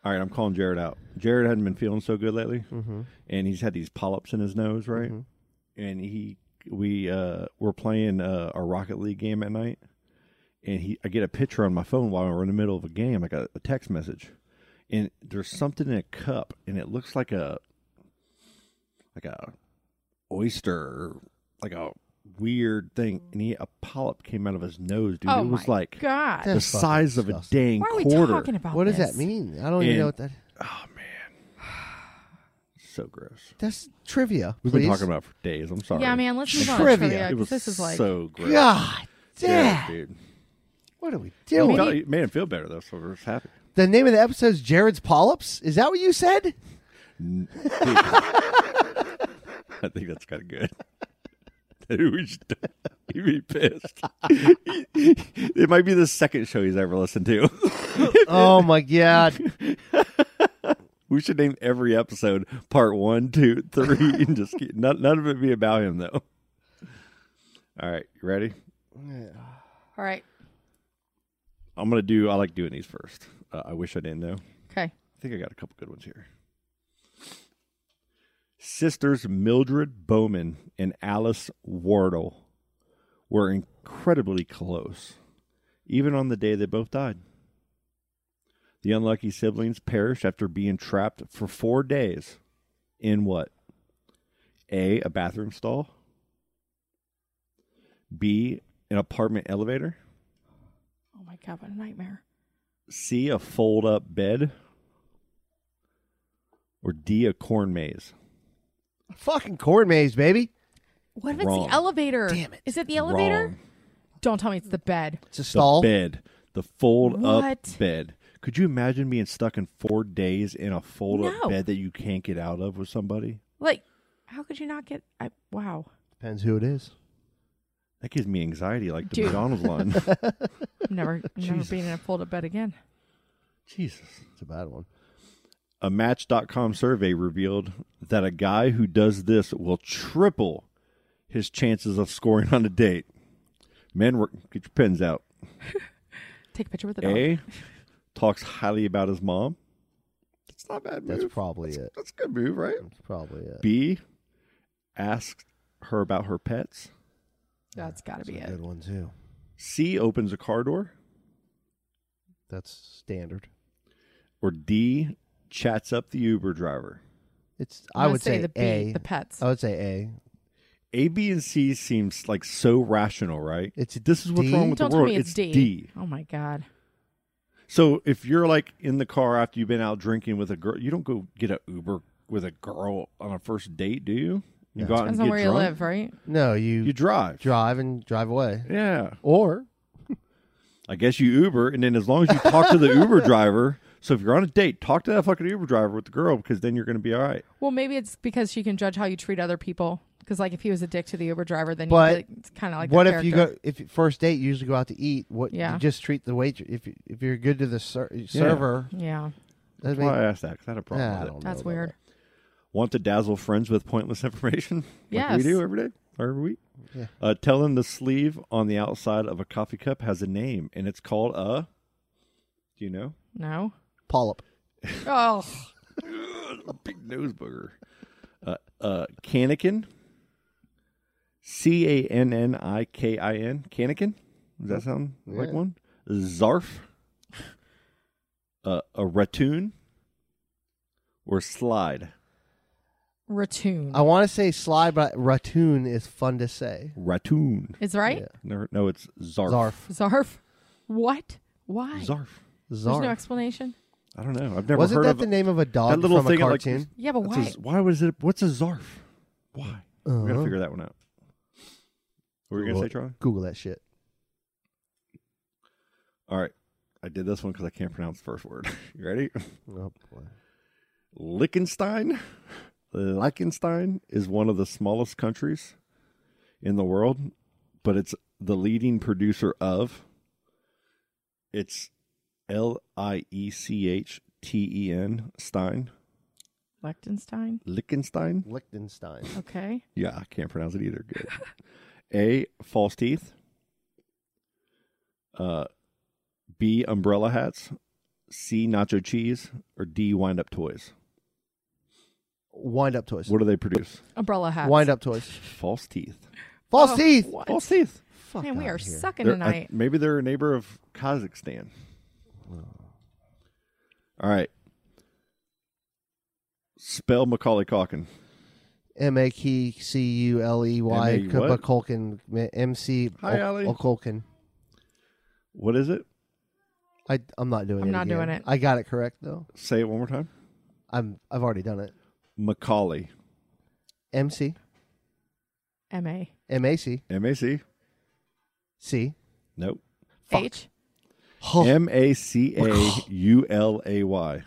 [SPEAKER 7] All right, I'm calling Jared out. Jared hadn't been feeling so good lately,
[SPEAKER 1] Mhm.
[SPEAKER 7] and he's had these polyps in his nose, right? And he, we, uh, we're playing uh, a Rocket League game at night, and he, I get a picture on my phone while we're in the middle of a game. I got a text message, and there's something in a cup, and it looks like a, like a oyster, or like a weird thing, and he a polyp came out of his nose, dude.
[SPEAKER 8] Oh
[SPEAKER 7] it was
[SPEAKER 8] my
[SPEAKER 7] like
[SPEAKER 8] God.
[SPEAKER 7] the
[SPEAKER 8] That's fucking
[SPEAKER 7] size of a dang
[SPEAKER 8] Why are we
[SPEAKER 7] quarter.
[SPEAKER 8] talking about
[SPEAKER 1] What does
[SPEAKER 8] this?
[SPEAKER 1] that mean? I don't even
[SPEAKER 7] And-
[SPEAKER 1] know what that.
[SPEAKER 7] So gross.
[SPEAKER 1] That's trivia.
[SPEAKER 7] We've
[SPEAKER 1] please.
[SPEAKER 7] been talking about it for days. I'm sorry.
[SPEAKER 8] Yeah, man, let's move on to trivia,
[SPEAKER 7] It
[SPEAKER 8] 'cause
[SPEAKER 7] was
[SPEAKER 8] this is like-
[SPEAKER 7] so gross.
[SPEAKER 1] God
[SPEAKER 7] Yeah,
[SPEAKER 1] damn.
[SPEAKER 7] dude.
[SPEAKER 1] What are we
[SPEAKER 7] It
[SPEAKER 1] doing?
[SPEAKER 7] felt- it made him feel better though, so we're just happy.
[SPEAKER 1] The name of the episode is Jared's Polyps. Is that what you said?
[SPEAKER 7] I think that's kind of good. Dude, we should, he'd be pissed. it might be the second show he's ever listened to.
[SPEAKER 1] oh my god!
[SPEAKER 7] We should name every episode part one, two, three, and just keep, none, none of it be about him though. All right, you ready?
[SPEAKER 8] All right.
[SPEAKER 7] I'm gonna do. I like doing these first. Uh, I wish I didn't know.
[SPEAKER 8] 'Kay.
[SPEAKER 7] I think I got a couple good ones here. Sisters Mildred Bowman and Alice Wardle were incredibly close, even on the day they both died. The unlucky siblings perished after being trapped for four days in what? A. A bathroom stall. B. An apartment elevator.
[SPEAKER 8] Oh my god, what a nightmare.
[SPEAKER 7] C a fold up bed or D a corn maze.
[SPEAKER 1] Fucking corn maze, baby.
[SPEAKER 8] What if it's
[SPEAKER 7] Wrong.
[SPEAKER 8] the elevator? Damn it. Is it the elevator?
[SPEAKER 7] Wrong.
[SPEAKER 8] Don't tell me it's the bed.
[SPEAKER 1] It's a
[SPEAKER 7] The bed. The fold
[SPEAKER 8] What?
[SPEAKER 7] up bed. Could you imagine being stuck in four days in a fold up
[SPEAKER 8] No.
[SPEAKER 7] bed that you can't get out of with somebody?
[SPEAKER 8] Like, how could you not get? I wow,
[SPEAKER 1] Depends who it is.
[SPEAKER 7] That gives me anxiety like the
[SPEAKER 8] Dude.
[SPEAKER 7] McDonald's line.
[SPEAKER 8] I'm never, never
[SPEAKER 7] Jesus.
[SPEAKER 8] being in a fold-up bed again.
[SPEAKER 7] Jesus.
[SPEAKER 1] It's a bad one.
[SPEAKER 7] A Match.com survey revealed that a guy who does this will triple his chances of scoring on a date. Men, work, get your pens out.
[SPEAKER 8] Take a picture with the dog.
[SPEAKER 7] A talks highly about his mom. It's not a bad move.
[SPEAKER 1] That's probably it.
[SPEAKER 7] That's a good move, right?
[SPEAKER 1] That's probably it.
[SPEAKER 7] B asks her about her pets.
[SPEAKER 8] That's got to be
[SPEAKER 1] That's a
[SPEAKER 8] it.
[SPEAKER 1] good one too.
[SPEAKER 7] C opens a car door.
[SPEAKER 1] That's standard.
[SPEAKER 7] Or D chats up the Uber driver.
[SPEAKER 1] It's.
[SPEAKER 8] I'm
[SPEAKER 1] I
[SPEAKER 8] gonna
[SPEAKER 1] would
[SPEAKER 8] say
[SPEAKER 1] say,
[SPEAKER 8] the B,
[SPEAKER 1] A.
[SPEAKER 8] the pets.
[SPEAKER 1] I would say
[SPEAKER 7] A, B, and C seems like so rational, right?
[SPEAKER 1] It's
[SPEAKER 7] this is what's
[SPEAKER 1] D?
[SPEAKER 7] wrong with
[SPEAKER 8] Don't
[SPEAKER 7] the
[SPEAKER 8] tell
[SPEAKER 7] world.
[SPEAKER 8] me it's,
[SPEAKER 7] it's
[SPEAKER 8] D.
[SPEAKER 7] D.
[SPEAKER 8] Oh my god.
[SPEAKER 7] So if you're like in the car after you've been out drinking with a girl, you don't go get a Uber with a girl on a first date, do you? You
[SPEAKER 1] No.
[SPEAKER 7] go out and
[SPEAKER 8] Depends
[SPEAKER 7] get
[SPEAKER 8] on where
[SPEAKER 7] drunk.
[SPEAKER 8] you live, right?
[SPEAKER 1] A. No, you,
[SPEAKER 7] You drive.
[SPEAKER 1] drive and drive away,
[SPEAKER 7] Yeah.
[SPEAKER 1] or
[SPEAKER 7] I guess you Uber, and then as long as you talk to the Uber driver. So if you're on a date, talk to that fucking Uber driver with the girl because then you're going to be all right.
[SPEAKER 8] Well, maybe it's because she can judge how you treat other people. Because like, if he was a dick to the Uber driver, then
[SPEAKER 1] But
[SPEAKER 8] you'd be, like, kind of like.
[SPEAKER 1] what
[SPEAKER 8] their
[SPEAKER 1] if you go
[SPEAKER 8] character.
[SPEAKER 1] if you- first date you usually go out to eat? What
[SPEAKER 8] Yeah.
[SPEAKER 1] you just treat the waiter if you, if you're good to the ser- server.
[SPEAKER 8] Yeah,
[SPEAKER 1] That's
[SPEAKER 7] That's why I asked that because I had a problem
[SPEAKER 1] Yeah, I
[SPEAKER 7] with
[SPEAKER 1] don't
[SPEAKER 7] it.
[SPEAKER 1] know
[SPEAKER 8] that's
[SPEAKER 1] about
[SPEAKER 8] weird.
[SPEAKER 7] Want to dazzle friends with pointless information like
[SPEAKER 8] Yes.
[SPEAKER 7] we do every day or every week?
[SPEAKER 1] Yeah.
[SPEAKER 7] Uh, tell them the sleeve on the outside of a coffee cup has a name, and it's called a. Do you know?
[SPEAKER 8] No.
[SPEAKER 1] Polyp.
[SPEAKER 8] Oh,
[SPEAKER 7] Big nose booger. Uh, uh, canikin. C a n n i k i n. Canikin. Does that sound like
[SPEAKER 1] Yeah.
[SPEAKER 7] one? Zarf. Uh, a ratoon. Or slide.
[SPEAKER 8] ratoon.
[SPEAKER 1] I want to say slide, but ratoon is fun to say.
[SPEAKER 7] Ratoon.
[SPEAKER 8] It's right.
[SPEAKER 7] Never, no, it's zarf.
[SPEAKER 1] Zarf.
[SPEAKER 8] Zarf. What? Why?
[SPEAKER 7] Zarf.
[SPEAKER 8] There's no
[SPEAKER 1] Zarf.
[SPEAKER 8] explanation.
[SPEAKER 7] I don't know. I've never
[SPEAKER 1] Wasn't
[SPEAKER 7] heard
[SPEAKER 1] that
[SPEAKER 7] of
[SPEAKER 1] the name of a dog
[SPEAKER 7] that little
[SPEAKER 1] from
[SPEAKER 7] thing
[SPEAKER 1] a
[SPEAKER 7] that, like,
[SPEAKER 1] cartoon?
[SPEAKER 8] Yeah, but
[SPEAKER 7] what's
[SPEAKER 8] why?
[SPEAKER 7] a- why was it? What's a zarf? Why? We gotta
[SPEAKER 1] Uh-huh.
[SPEAKER 7] figure that one out. What were you going to say,
[SPEAKER 1] Google
[SPEAKER 7] Charlie?
[SPEAKER 1] it. Google that shit.
[SPEAKER 7] All right. I did this one because I can't pronounce the first word. You ready?
[SPEAKER 1] Oh, boy.
[SPEAKER 7] Liechtenstein. Liechtenstein is one of the smallest countries in the world, but it's the leading producer of. It's L I E C H T E N Stein.
[SPEAKER 8] Liechtenstein.
[SPEAKER 7] Liechtenstein.
[SPEAKER 1] Liechtenstein.
[SPEAKER 8] Okay.
[SPEAKER 7] Yeah, I can't pronounce it either. Good. A. False teeth. Uh, B. Umbrella hats. C. Nacho cheese. Or D. Wind up toys.
[SPEAKER 1] Wind up toys.
[SPEAKER 7] What do they produce?
[SPEAKER 8] Umbrella hats.
[SPEAKER 1] Wind up toys.
[SPEAKER 7] False teeth.
[SPEAKER 1] False teeth.
[SPEAKER 7] False teeth.
[SPEAKER 8] Oh, Man, we are sucking
[SPEAKER 7] They're- uh, I-
[SPEAKER 8] tonight.
[SPEAKER 7] maybe they're a neighbor of Kazakhstan. All right. Spell Macaulay Calkin.
[SPEAKER 1] M A K C U L E Y
[SPEAKER 7] M A what?
[SPEAKER 1] Culkin M C
[SPEAKER 7] Hi, Allie.
[SPEAKER 1] Culkin.
[SPEAKER 7] What is it?
[SPEAKER 1] I I'm not doing
[SPEAKER 8] I'm
[SPEAKER 1] it.
[SPEAKER 8] not doing
[SPEAKER 1] again.
[SPEAKER 8] it.
[SPEAKER 1] I got it correct though.
[SPEAKER 7] Say it one more time.
[SPEAKER 1] I'm I've already done it.
[SPEAKER 7] Macaulay.
[SPEAKER 1] M C
[SPEAKER 8] Ma.
[SPEAKER 1] M A C
[SPEAKER 7] M A C.
[SPEAKER 1] C.
[SPEAKER 7] Nope.
[SPEAKER 8] H.
[SPEAKER 1] Oh.
[SPEAKER 7] M A C A U L A Y.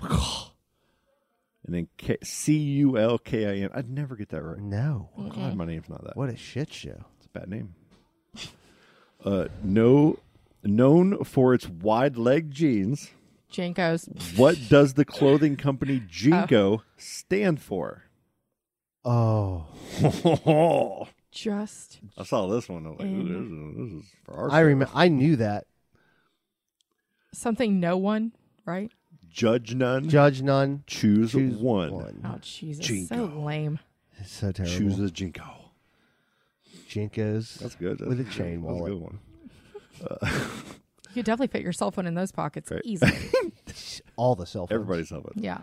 [SPEAKER 7] And then K- C U L K I N. I'd never get that right.
[SPEAKER 1] No.
[SPEAKER 7] I'm glad my name's not that.
[SPEAKER 1] What a shit show.
[SPEAKER 7] It's a bad name. Uh, no, known for its wide leg jeans.
[SPEAKER 8] Jankos.
[SPEAKER 7] What does the clothing company Jinko stand for?
[SPEAKER 1] Oh.
[SPEAKER 8] Just.
[SPEAKER 7] I saw this one. I was like,
[SPEAKER 8] In-
[SPEAKER 7] "Ooh, this is, this is for our
[SPEAKER 1] I
[SPEAKER 7] show."
[SPEAKER 1] remember I knew that.
[SPEAKER 8] Something no one, right?
[SPEAKER 7] Judge none,
[SPEAKER 1] Judge none.
[SPEAKER 7] choose,
[SPEAKER 1] choose
[SPEAKER 7] one.
[SPEAKER 8] Oh, Jesus. So
[SPEAKER 7] Jinko.
[SPEAKER 8] lame.
[SPEAKER 1] It's so terrible.
[SPEAKER 7] Choose a Jinko.
[SPEAKER 1] Jinkos.
[SPEAKER 7] That's good. That's
[SPEAKER 1] With a
[SPEAKER 7] good.
[SPEAKER 1] chain
[SPEAKER 7] That's a
[SPEAKER 1] wallet.
[SPEAKER 7] good one. Uh,
[SPEAKER 8] You could definitely fit your cell phone in those pockets
[SPEAKER 7] Right.
[SPEAKER 8] easily.
[SPEAKER 1] All the cell phones.
[SPEAKER 7] Everybody's helping.
[SPEAKER 8] yeah.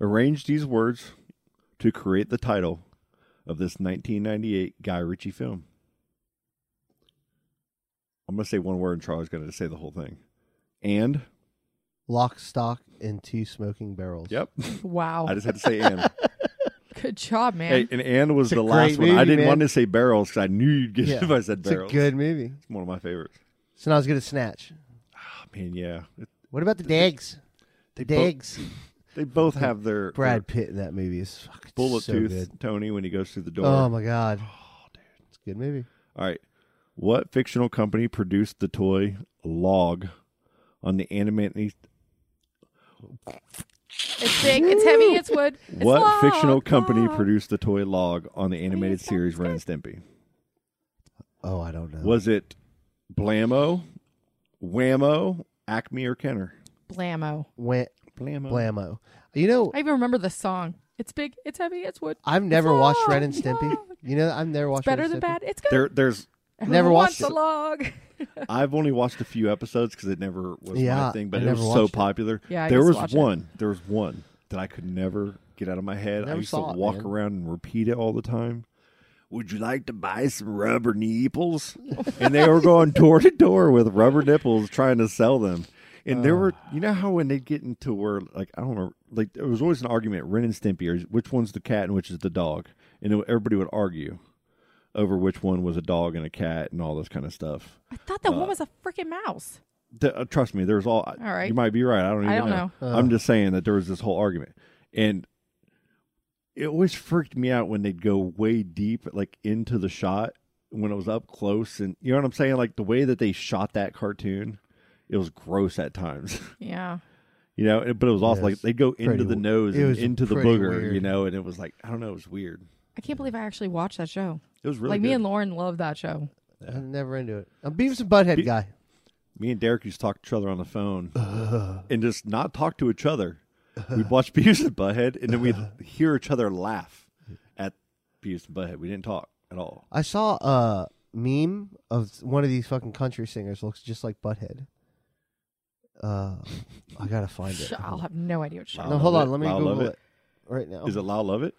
[SPEAKER 7] arranged these words to create the title of this 1998 Guy Ritchie film. I'm going to say one word and Charlie's going to say the whole thing. And,
[SPEAKER 1] Lock, stock, and two smoking barrels.
[SPEAKER 7] yep,
[SPEAKER 8] Wow.
[SPEAKER 7] I just had to say and.
[SPEAKER 8] Good job, man.
[SPEAKER 7] hey, and and was
[SPEAKER 1] a
[SPEAKER 7] the
[SPEAKER 1] great
[SPEAKER 7] last one. I
[SPEAKER 1] movie,
[SPEAKER 7] didn't
[SPEAKER 1] man.
[SPEAKER 7] want to say barrels because I knew you'd get it
[SPEAKER 1] Yeah.
[SPEAKER 7] if I said
[SPEAKER 1] It's a
[SPEAKER 7] barrels.
[SPEAKER 1] good movie.
[SPEAKER 7] It's one of my favorites.
[SPEAKER 1] So now I was gonna snatch.
[SPEAKER 7] Oh, man, yeah. It-
[SPEAKER 1] What about the dags? The
[SPEAKER 7] bo-
[SPEAKER 1] dags.
[SPEAKER 7] They both have their,
[SPEAKER 1] Brad
[SPEAKER 7] their
[SPEAKER 1] Pitt in that movie is fucking
[SPEAKER 7] bullet
[SPEAKER 1] so
[SPEAKER 7] tooth
[SPEAKER 1] good.
[SPEAKER 7] Tony when he goes through the door.
[SPEAKER 1] Oh my god. It's a good movie.
[SPEAKER 7] All right. What fictional company produced the toy log on the animated?
[SPEAKER 8] It's big. It's heavy. It's wood. It's
[SPEAKER 7] What
[SPEAKER 8] long,
[SPEAKER 7] fictional company
[SPEAKER 8] long.
[SPEAKER 7] produced the toy log on the animated series Ren and Stimpy?
[SPEAKER 1] Oh, I don't know.
[SPEAKER 7] Was it Blammo, Whammo, Acme, or Kenner?
[SPEAKER 8] Blammo.
[SPEAKER 1] went
[SPEAKER 7] Blammo.
[SPEAKER 1] blammo. You know,
[SPEAKER 8] I even remember the song. It's big. It's heavy. It's wood.
[SPEAKER 1] I've never
[SPEAKER 8] It's
[SPEAKER 1] watched
[SPEAKER 8] long,
[SPEAKER 1] Ren and Stimpy.
[SPEAKER 8] long.
[SPEAKER 1] You know, I've never watched.
[SPEAKER 8] It's better
[SPEAKER 1] Ren
[SPEAKER 8] than
[SPEAKER 1] and
[SPEAKER 8] bad.
[SPEAKER 1] Stimpy.
[SPEAKER 8] It's good.
[SPEAKER 7] There, there's.
[SPEAKER 1] Never
[SPEAKER 8] Everyone
[SPEAKER 1] watched
[SPEAKER 8] wants
[SPEAKER 1] it.
[SPEAKER 8] a log.
[SPEAKER 7] I've only watched a few episodes because it never was my
[SPEAKER 1] Yeah,
[SPEAKER 7] thing, but
[SPEAKER 1] I
[SPEAKER 7] it was
[SPEAKER 1] never
[SPEAKER 7] so
[SPEAKER 1] watched it.
[SPEAKER 7] popular.
[SPEAKER 8] Yeah, I
[SPEAKER 7] there
[SPEAKER 8] used to
[SPEAKER 7] was
[SPEAKER 8] watch it.
[SPEAKER 7] one. There was one that I could never get out of my head. I
[SPEAKER 1] Never
[SPEAKER 7] used to
[SPEAKER 1] saw it,
[SPEAKER 7] walk
[SPEAKER 1] man.
[SPEAKER 7] around and repeat it all the time. Would you like to buy some rubber nipples? and they were going door to door with rubber nipples trying to sell them. And there were,
[SPEAKER 1] Ah.
[SPEAKER 7] you know how when they get into where, like, I don't remember, like, there was always an argument, Ren and Stimpy, or which one's the cat and which is the dog. And it- everybody would argue over which one was a dog and a cat and all this kind of stuff.
[SPEAKER 8] I thought that one was a freaking mouse.
[SPEAKER 7] Th- uh, trust me, there's all.
[SPEAKER 8] All right.
[SPEAKER 7] You might be right. I don't even
[SPEAKER 8] I don't
[SPEAKER 7] I'm just saying that there was this whole argument, and it always freaked me out when they'd go way deep, like into the shot when it was up close, and you know what I'm saying. Like the way that they shot that cartoon, it was gross at times.
[SPEAKER 8] Yeah.
[SPEAKER 7] You know, it- but it was also
[SPEAKER 1] Yeah,
[SPEAKER 7] like
[SPEAKER 1] it's
[SPEAKER 7] they go into
[SPEAKER 1] pretty
[SPEAKER 7] the
[SPEAKER 1] w-
[SPEAKER 7] nose
[SPEAKER 1] it
[SPEAKER 7] and
[SPEAKER 1] was
[SPEAKER 7] into the
[SPEAKER 1] pretty
[SPEAKER 7] booger,
[SPEAKER 1] weird.
[SPEAKER 7] you know, and it was like I don't know, it was weird.
[SPEAKER 8] I can't believe I actually watched that show.
[SPEAKER 7] It was really
[SPEAKER 8] like me
[SPEAKER 7] good.
[SPEAKER 8] and Lauren love that show.
[SPEAKER 1] I'm never into it. I'm Beavis and Butthead
[SPEAKER 7] Be-
[SPEAKER 1] guy.
[SPEAKER 7] me and Derek used to talk to each other on the phone and just not talk to each other. We'd watch Beavis and Butthead, and then we'd hear each other laugh at Beavis and Butthead. We didn't talk at all.
[SPEAKER 1] I saw a meme of one of these fucking country singers looks just like Butthead. Uh, I gotta find it.
[SPEAKER 8] Sh- I'll have no idea what show.
[SPEAKER 7] Wow.
[SPEAKER 1] No,
[SPEAKER 7] I'll
[SPEAKER 1] hold
[SPEAKER 7] love
[SPEAKER 1] on.
[SPEAKER 7] it.
[SPEAKER 1] Let me
[SPEAKER 7] I'll love
[SPEAKER 1] Google
[SPEAKER 7] it.
[SPEAKER 1] it Oh. right now.
[SPEAKER 7] Is it Lyle Love It?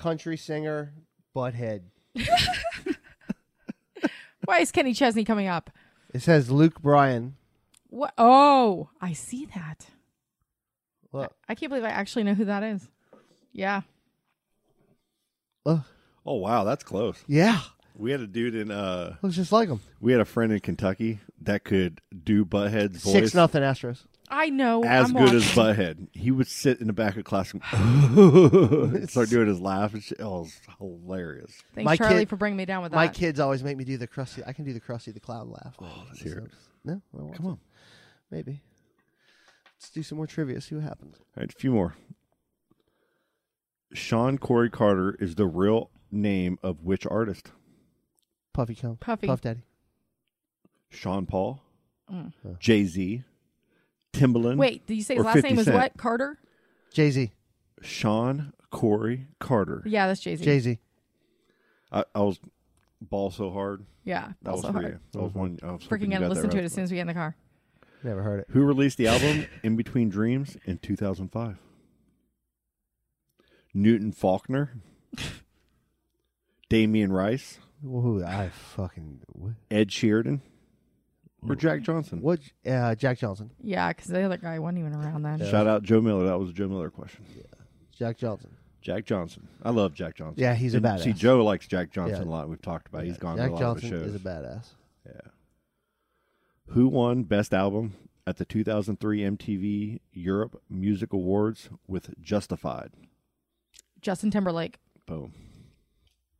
[SPEAKER 1] country singer Butthead?
[SPEAKER 8] Why is Kenny Chesney coming up?
[SPEAKER 1] It says Luke Bryan.
[SPEAKER 8] What? Oh, I see that.
[SPEAKER 1] Look.
[SPEAKER 8] I can't believe I actually know who that is. Yeah.
[SPEAKER 1] Ugh.
[SPEAKER 7] Oh, wow. That's close.
[SPEAKER 1] Yeah.
[SPEAKER 7] We had a dude in uh
[SPEAKER 1] Looks just like him.
[SPEAKER 7] We had a friend in Kentucky that could do Butthead's voice.
[SPEAKER 1] Six nothing Astros.
[SPEAKER 8] I know.
[SPEAKER 7] as
[SPEAKER 8] I'm
[SPEAKER 7] good as
[SPEAKER 8] watching.
[SPEAKER 7] Butthead. He would sit in the back of class and start doing his laugh and shit. Oh, it's hilarious.
[SPEAKER 8] Thanks, Charlie, for bringing me down with
[SPEAKER 1] My
[SPEAKER 8] that.
[SPEAKER 1] kids always make me do the crusty. I can do the crusty the cloud laugh. Oh,
[SPEAKER 7] let's hear it.
[SPEAKER 1] No, come on, maybe. Let's do some more trivia. See what happens.
[SPEAKER 7] All right, a few more. Sean Corey Carter is the real name of which artist?
[SPEAKER 1] Puffy Cone.
[SPEAKER 8] Puffy.
[SPEAKER 1] Puff Daddy.
[SPEAKER 7] Sean Paul,
[SPEAKER 8] Mm.
[SPEAKER 7] Jay Z, Timbaland.
[SPEAKER 8] Wait, did you say his
[SPEAKER 7] or
[SPEAKER 8] last
[SPEAKER 7] 50
[SPEAKER 8] name was
[SPEAKER 7] Cent?
[SPEAKER 8] what? Carter?
[SPEAKER 1] Jay Z.
[SPEAKER 7] Sean Corey Carter.
[SPEAKER 8] Yeah, that's Jay Z.
[SPEAKER 1] Jay Z.
[SPEAKER 7] I, I was ball so hard.
[SPEAKER 8] Yeah,
[SPEAKER 7] that
[SPEAKER 8] ball
[SPEAKER 7] was
[SPEAKER 8] so
[SPEAKER 7] for
[SPEAKER 8] hard.
[SPEAKER 7] you. That was one. I was hoping
[SPEAKER 8] Freaking
[SPEAKER 7] you got
[SPEAKER 8] gonna
[SPEAKER 7] that
[SPEAKER 8] listen to
[SPEAKER 7] right.
[SPEAKER 8] it as soon as we get in the car.
[SPEAKER 1] Never heard it.
[SPEAKER 7] Who released the album In Between Dreams in 2005? Newton Faulkner, Damian Rice,
[SPEAKER 1] Who I fucking what?
[SPEAKER 7] Ed Sheeran, or Jack Johnson?
[SPEAKER 1] What? Uh, Jack Johnson.
[SPEAKER 8] Yeah, because the other guy wasn't even around then.
[SPEAKER 7] Shout out Joe Miller. That was a Joe Miller question.
[SPEAKER 1] Jack Johnson.
[SPEAKER 7] Jack Johnson. I love Jack Johnson.
[SPEAKER 1] Yeah, he's a
[SPEAKER 7] And See,
[SPEAKER 1] badass.
[SPEAKER 7] Joe likes Jack Johnson
[SPEAKER 1] Yeah.
[SPEAKER 7] a lot. We've talked about. it. He's gone
[SPEAKER 1] Jack
[SPEAKER 7] to a lot
[SPEAKER 1] Johnson
[SPEAKER 7] of
[SPEAKER 1] is
[SPEAKER 7] his
[SPEAKER 1] a
[SPEAKER 7] shows.
[SPEAKER 1] badass.
[SPEAKER 7] Who won Best Album at the 2003 MTV Europe Music Awards with Justified?
[SPEAKER 8] Justin Timberlake.
[SPEAKER 7] Boom.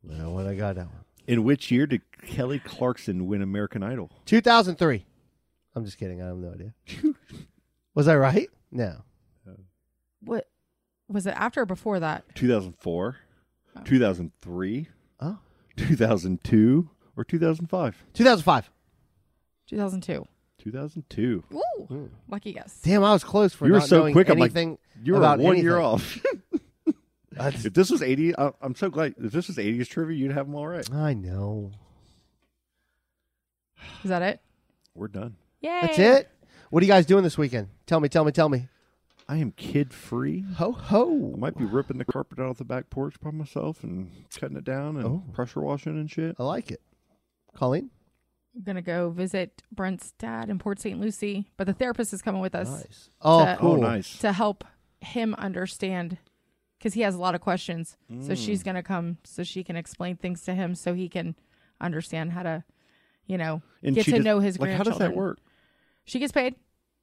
[SPEAKER 1] Well, when I got that one.
[SPEAKER 7] In which year did Kelly Clarkson win American Idol?
[SPEAKER 1] 2003. I'm just kidding. I have no idea. Was I right? No.
[SPEAKER 8] What was it after or before that?
[SPEAKER 7] 2004, 2003,
[SPEAKER 1] Oh.
[SPEAKER 7] 2002, or 2005?
[SPEAKER 1] 2005.
[SPEAKER 8] 2002.
[SPEAKER 7] 2002.
[SPEAKER 8] Woo!
[SPEAKER 7] Hmm.
[SPEAKER 8] Lucky guess.
[SPEAKER 1] Damn, I was close for
[SPEAKER 7] you were
[SPEAKER 1] not
[SPEAKER 7] so
[SPEAKER 1] knowing
[SPEAKER 7] quick. I'm like,
[SPEAKER 1] anything
[SPEAKER 7] you were
[SPEAKER 1] about
[SPEAKER 7] one year
[SPEAKER 1] anything.
[SPEAKER 7] off. if this was 80, I, I'm so glad. If this was 80s trivia, you'd have them all right.
[SPEAKER 1] I know.
[SPEAKER 8] Is that it?
[SPEAKER 7] We're done.
[SPEAKER 8] Yay!
[SPEAKER 1] That's it. What are you guys doing this weekend? Tell me, tell me, tell me.
[SPEAKER 7] I am kid free.
[SPEAKER 1] Ho ho.
[SPEAKER 7] I might be ripping the carpet out of the back porch by myself and cutting it down and
[SPEAKER 1] Oh.
[SPEAKER 7] pressure washing and shit.
[SPEAKER 1] I like it. Colleen?
[SPEAKER 8] I'm gonna go visit Brent's dad in Port St. Lucie, but the therapist is coming with us.
[SPEAKER 1] Nice. Oh,
[SPEAKER 8] to,
[SPEAKER 1] cool.
[SPEAKER 7] Oh, nice.
[SPEAKER 8] To help him understand, because he has a lot of questions. So
[SPEAKER 7] Mm.
[SPEAKER 8] she's gonna come so she can explain things to him, so he can understand how to, you know,
[SPEAKER 7] And
[SPEAKER 8] get
[SPEAKER 7] she
[SPEAKER 8] to
[SPEAKER 7] does-
[SPEAKER 8] know his
[SPEAKER 7] like, How
[SPEAKER 8] grandchildren.
[SPEAKER 7] does that work?
[SPEAKER 8] She gets paid.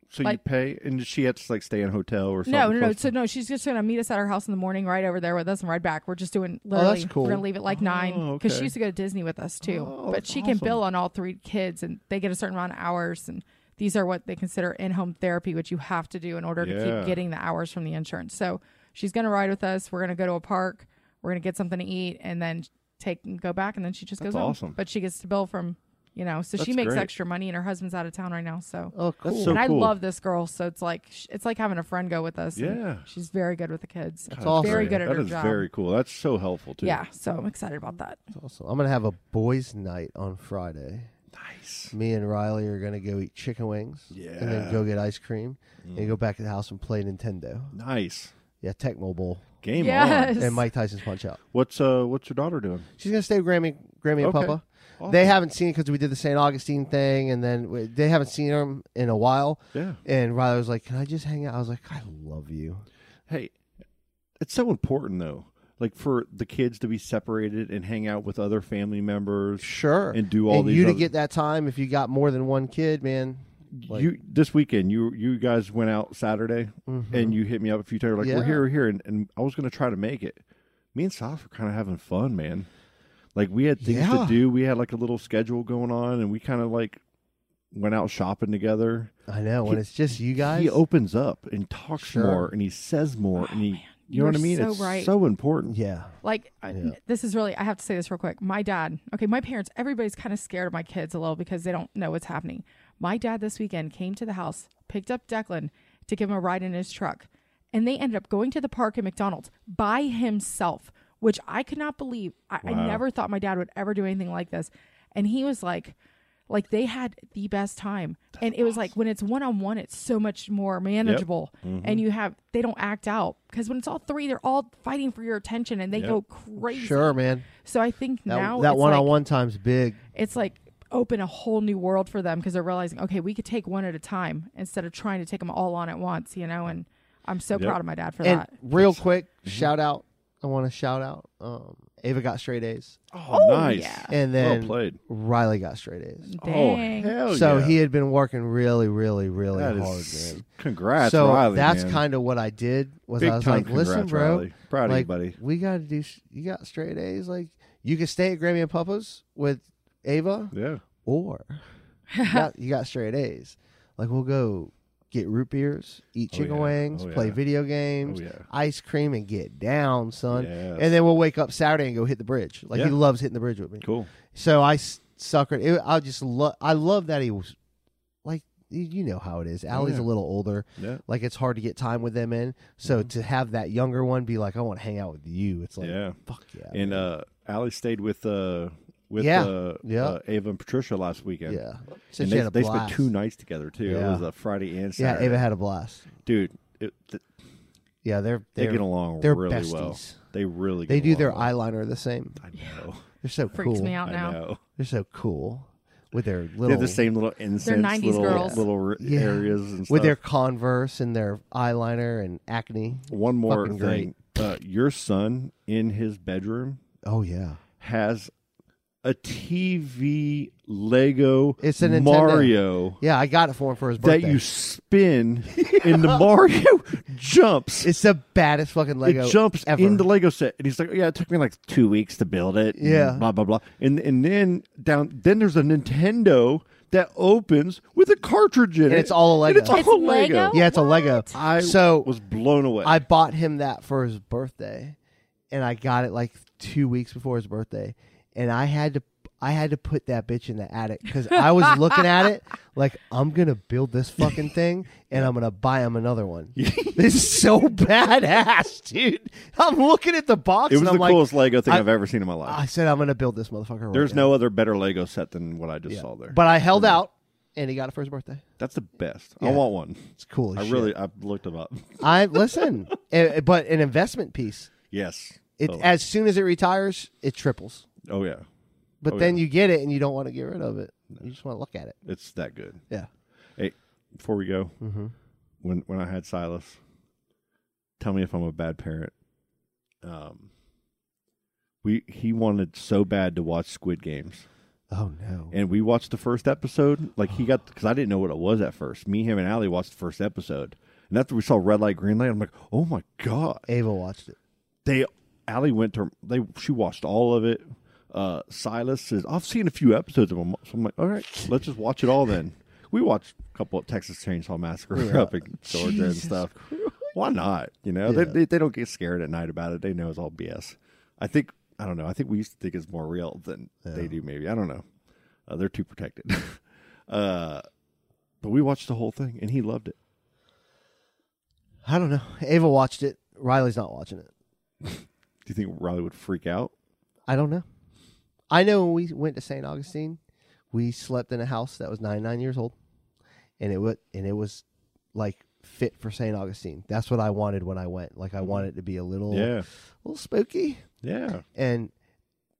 [SPEAKER 7] So you
[SPEAKER 8] Like-
[SPEAKER 7] pay, and does she have to like stay in a hotel or something?
[SPEAKER 8] No, no, no.
[SPEAKER 7] close to-
[SPEAKER 8] So no, she's just gonna meet us at our house in the morning, right over there with us, and ride back. We're just doing
[SPEAKER 1] that's
[SPEAKER 8] literally.
[SPEAKER 1] cool.
[SPEAKER 8] We're gonna leave at like nine
[SPEAKER 7] Oh,
[SPEAKER 8] because
[SPEAKER 7] okay.
[SPEAKER 8] she used to go to Disney with us too.
[SPEAKER 7] Oh,
[SPEAKER 8] but
[SPEAKER 7] that's
[SPEAKER 8] she can bill
[SPEAKER 7] awesome.
[SPEAKER 8] on all three kids, and they get a certain amount of hours. And these are what they consider in-home therapy, which you have to do in order to
[SPEAKER 7] Yeah.
[SPEAKER 8] keep getting the hours from the insurance. So she's gonna ride with us. We're gonna go to a park. We're gonna get something to eat, and then take and go back, and then she just
[SPEAKER 7] That's
[SPEAKER 8] goes home.
[SPEAKER 7] awesome.
[SPEAKER 8] But she gets to bill from. You know, so she
[SPEAKER 7] That's
[SPEAKER 8] makes
[SPEAKER 7] great.
[SPEAKER 8] extra money, and her husband's out of town right now. So
[SPEAKER 1] Oh, cool.
[SPEAKER 7] That's so
[SPEAKER 8] and I
[SPEAKER 7] cool.
[SPEAKER 8] love this girl. So it's like sh- it's like having a friend go with us. and
[SPEAKER 7] Yeah.
[SPEAKER 8] she's very good with the kids. She's
[SPEAKER 1] awesome.
[SPEAKER 8] Very good at
[SPEAKER 7] That
[SPEAKER 8] her
[SPEAKER 7] is
[SPEAKER 8] job.
[SPEAKER 7] very cool. That's so helpful too.
[SPEAKER 8] yeah, so I'm excited about that.
[SPEAKER 1] That's awesome. I'm going to have a boys' night on Friday.
[SPEAKER 7] Nice.
[SPEAKER 1] Me and Riley are going to go eat chicken wings and then
[SPEAKER 7] Yeah.
[SPEAKER 1] go get ice cream and go back to the house and play Nintendo.
[SPEAKER 7] Nice.
[SPEAKER 1] Yeah, Tecmo Bowl
[SPEAKER 7] Game
[SPEAKER 8] Yes.
[SPEAKER 7] on.
[SPEAKER 1] and Mike Tyson's Punch Out.
[SPEAKER 7] What's uh what's your daughter doing?
[SPEAKER 1] She's going to stay with Grammy, Grammy and
[SPEAKER 7] Okay.
[SPEAKER 1] Papa.
[SPEAKER 7] Awesome.
[SPEAKER 1] They haven't seen it because we did the St. Augustine thing, and then we, they haven't seen him in a while.
[SPEAKER 7] Yeah.
[SPEAKER 1] And Riley was like, "Can I just hang out?" I was like, "I love you."
[SPEAKER 7] Hey, it's so important though. Like for the kids to be separated and hang out with other family members.
[SPEAKER 1] Sure.
[SPEAKER 7] And do all
[SPEAKER 1] and
[SPEAKER 7] these
[SPEAKER 1] you to
[SPEAKER 7] other-
[SPEAKER 1] get that time if you got more than one kid, man. Like, Mm-hmm.
[SPEAKER 7] you this weekend you you guys went out Saturday and you hit me up a few times like we're
[SPEAKER 1] Yeah.
[SPEAKER 7] here we're here and, and I was gonna try to make it. Me and Soph were kind of having fun, man. Like we had things
[SPEAKER 1] Yeah.
[SPEAKER 7] to do. We had like a little schedule going on, and we kind of like went out shopping together.
[SPEAKER 1] I know when it's just you guys.
[SPEAKER 7] he opens up and talks
[SPEAKER 1] Sure. Oh,
[SPEAKER 7] more and he says more and he you know
[SPEAKER 8] You're
[SPEAKER 7] what I mean?
[SPEAKER 8] so
[SPEAKER 7] it's
[SPEAKER 8] right.
[SPEAKER 7] so important.
[SPEAKER 1] yeah.
[SPEAKER 8] Like I- this is really I have to say this real quick. My dad, okay, my parents, everybody's kind of scared of my kids a little because they don't know what's happening. My dad this weekend came to the house, picked up Declan to give him a ride in his truck, and they ended up going to the park at McDonald's by himself, which I could not believe. I, I
[SPEAKER 7] Wow.
[SPEAKER 8] never thought my dad would ever do anything like this. And he was like, like they had the best time. and it was like when it's one on one, it's so much more manageable. And you have they don't act out because when it's all three, they're all fighting for your attention and they
[SPEAKER 7] Yep.
[SPEAKER 8] go crazy.
[SPEAKER 1] Sure, man.
[SPEAKER 8] So I think
[SPEAKER 1] That,
[SPEAKER 8] now
[SPEAKER 1] that
[SPEAKER 8] it's
[SPEAKER 1] one on
[SPEAKER 8] like-
[SPEAKER 1] one time's big.
[SPEAKER 8] it's like open a whole new world for them because they're realizing okay, we could take one at a time instead of trying to take them all on at once, you know. And I'm so proud of my dad for
[SPEAKER 1] And
[SPEAKER 8] that.
[SPEAKER 7] mhm.
[SPEAKER 1] real quick, shout out. I want to shout out um, Ava got straight A's.
[SPEAKER 7] Oh, Oh, nice.
[SPEAKER 8] Uh,
[SPEAKER 7] yeah.
[SPEAKER 1] And then
[SPEAKER 7] Well played.
[SPEAKER 1] Riley got straight A's.
[SPEAKER 7] Oh, Dang. hell
[SPEAKER 1] So
[SPEAKER 7] yeah.
[SPEAKER 1] he had been working really, really, really
[SPEAKER 7] That is-
[SPEAKER 1] hard, man.
[SPEAKER 7] congrats,
[SPEAKER 1] So
[SPEAKER 7] Riley,
[SPEAKER 1] that's
[SPEAKER 7] man.
[SPEAKER 1] kind of what I did was
[SPEAKER 7] Big
[SPEAKER 1] I was
[SPEAKER 7] time
[SPEAKER 1] like, listen,
[SPEAKER 7] congrats,
[SPEAKER 1] bro,
[SPEAKER 7] Riley. Proud of you,
[SPEAKER 1] like,
[SPEAKER 7] buddy.
[SPEAKER 1] We got to do. sh- You got straight A's. Like you can stay at Grammy and Papa's with Ava.
[SPEAKER 7] Yeah.
[SPEAKER 1] Or you got, you got straight A's. Like we'll go get root beers, eat
[SPEAKER 7] Oh,
[SPEAKER 1] chicken
[SPEAKER 7] yeah.
[SPEAKER 1] wings,
[SPEAKER 7] Oh,
[SPEAKER 1] play
[SPEAKER 7] yeah.
[SPEAKER 1] video games,
[SPEAKER 7] Oh, yeah.
[SPEAKER 1] ice cream, and get down, son.
[SPEAKER 7] Yes.
[SPEAKER 1] And then we'll wake up Saturday and go hit the bridge. Like
[SPEAKER 7] Yeah.
[SPEAKER 1] he loves hitting the bridge with me.
[SPEAKER 7] Cool.
[SPEAKER 1] So I s- suckered. It, I just love. I love that he was like you- you know how it is. Allie's
[SPEAKER 7] Oh, yeah.
[SPEAKER 1] a little older.
[SPEAKER 7] Yeah.
[SPEAKER 1] Like it's hard to get time with them in. So
[SPEAKER 7] Mm-hmm.
[SPEAKER 1] to have that younger one be like, I want to hang out with you. It's like
[SPEAKER 7] yeah.
[SPEAKER 1] Fuck yeah.
[SPEAKER 7] And uh, Allie stayed with uh, with
[SPEAKER 1] Yeah.
[SPEAKER 7] uh,
[SPEAKER 1] Yeah.
[SPEAKER 7] uh, Ava and Patricia last weekend.
[SPEAKER 1] Yeah. So she
[SPEAKER 7] and they,
[SPEAKER 1] had a
[SPEAKER 7] they spent
[SPEAKER 1] blast.
[SPEAKER 7] two nights together too. It
[SPEAKER 1] Yeah.
[SPEAKER 7] was a Friday and
[SPEAKER 1] Yeah, Ava
[SPEAKER 7] Saturday.
[SPEAKER 1] had a blast.
[SPEAKER 7] dude. It, th-
[SPEAKER 1] yeah, they're,
[SPEAKER 7] they
[SPEAKER 1] they're-
[SPEAKER 7] get along
[SPEAKER 1] they're
[SPEAKER 7] really well.
[SPEAKER 1] besties.
[SPEAKER 7] They really
[SPEAKER 1] they
[SPEAKER 7] get
[SPEAKER 1] do their
[SPEAKER 7] along well.
[SPEAKER 1] eyeliner the same. I
[SPEAKER 7] know.
[SPEAKER 1] They're so
[SPEAKER 8] Freaks
[SPEAKER 1] cool.
[SPEAKER 8] me out I now. know.
[SPEAKER 1] They're so cool with their little.
[SPEAKER 7] the same little They're incense, 90s little- girls. little r- areas and
[SPEAKER 1] with
[SPEAKER 7] stuff.
[SPEAKER 1] their Converse and their eyeliner and acne.
[SPEAKER 7] One more
[SPEAKER 1] Fucking great.
[SPEAKER 7] thing. Uh, your son in his bedroom.
[SPEAKER 1] Oh yeah.
[SPEAKER 7] Has a TV Lego.
[SPEAKER 1] It's an Nintendo.
[SPEAKER 7] Mario.
[SPEAKER 1] Yeah, I got it for him for his
[SPEAKER 7] That
[SPEAKER 1] birthday.
[SPEAKER 7] you spin in the Mario jumps.
[SPEAKER 1] It's the baddest fucking Lego.
[SPEAKER 7] It jumps
[SPEAKER 1] ever.
[SPEAKER 7] in the Lego set, and he's like, "Yeah, it took me like two weeks to build it." and
[SPEAKER 1] Yeah.
[SPEAKER 7] blah blah blah. And and then down then there's a Nintendo that opens with a cartridge in
[SPEAKER 1] and
[SPEAKER 7] it.
[SPEAKER 1] it's all a Lego.
[SPEAKER 7] And it's all Lego.
[SPEAKER 1] Yeah, it's a Lego.
[SPEAKER 7] I
[SPEAKER 1] so
[SPEAKER 7] was blown away.
[SPEAKER 1] I bought him that for his birthday, and I got it like two weeks before his birthday, and I had to. I had to put that bitch in the attic because I was looking at it like I'm gonna build this fucking thing and I'm gonna buy him another one. this is so badass, dude. I'm looking at the box.
[SPEAKER 7] It was
[SPEAKER 1] and I'm
[SPEAKER 7] the
[SPEAKER 1] like,
[SPEAKER 7] coolest Lego thing
[SPEAKER 1] I-
[SPEAKER 7] I, have ever seen in my life.
[SPEAKER 1] I said I'm gonna build this motherfucker. Right
[SPEAKER 7] There's
[SPEAKER 1] now."
[SPEAKER 7] no other better Lego set than what I just saw there.
[SPEAKER 1] But I held out, and he got it for his birthday.
[SPEAKER 7] that's the best.
[SPEAKER 1] Yeah.
[SPEAKER 7] I want one.
[SPEAKER 1] It's cool.
[SPEAKER 7] I
[SPEAKER 1] as
[SPEAKER 7] really I looked them up.
[SPEAKER 1] I listen, eh, but an investment piece.
[SPEAKER 7] Yes.
[SPEAKER 1] It
[SPEAKER 7] Oh.
[SPEAKER 1] as soon as it retires, it triples.
[SPEAKER 7] Oh yeah.
[SPEAKER 1] But
[SPEAKER 7] Oh,
[SPEAKER 1] then
[SPEAKER 7] yeah.
[SPEAKER 1] you get it and you don't want to get rid of it. You just want to look at it.
[SPEAKER 7] It's that good.
[SPEAKER 1] Yeah.
[SPEAKER 7] Hey, before we go,
[SPEAKER 1] Mhm.
[SPEAKER 7] when when I had Silas, tell me if I'm a bad parent. Um, we he wanted so bad to watch Squid Games.
[SPEAKER 1] Oh no!
[SPEAKER 7] And we watched the first episode. Like he got because I didn't know what it was at first. Me, him, and Allie watched the first episode, and after we saw Red Light, Green Light, I'm like, oh my god.
[SPEAKER 1] Ava watched it.
[SPEAKER 7] They Allie went to they she watched all of it. Uh, Silas says I've seen a few episodes of them, so I'm like, all right, let's just watch it all then. We watched a couple of Texas Chainsaw Massacre
[SPEAKER 1] Yeah.
[SPEAKER 7] up in Georgia and
[SPEAKER 1] Jesus
[SPEAKER 7] stuff. Why not? You know,
[SPEAKER 1] Yeah.
[SPEAKER 7] they, they they don't get scared at night about it. They know it's all BS. I think I don't know. I think we used to think it's more real than they do. Maybe I don't know. Uh, they're too protected. uh, but we watched the whole thing, and he loved it.
[SPEAKER 1] I don't know. Ava watched it. Riley's not watching it.
[SPEAKER 7] Do you think Riley would freak out?
[SPEAKER 1] I don't know. I know when we went to St. Augustine, we slept in a house that was 99 years old, and it was and it was like fit for St. Augustine. That's what I wanted when I went. Like I wanted it to be a little
[SPEAKER 7] Mm-hmm. Yeah.
[SPEAKER 1] a little spooky.
[SPEAKER 7] Yeah.
[SPEAKER 1] And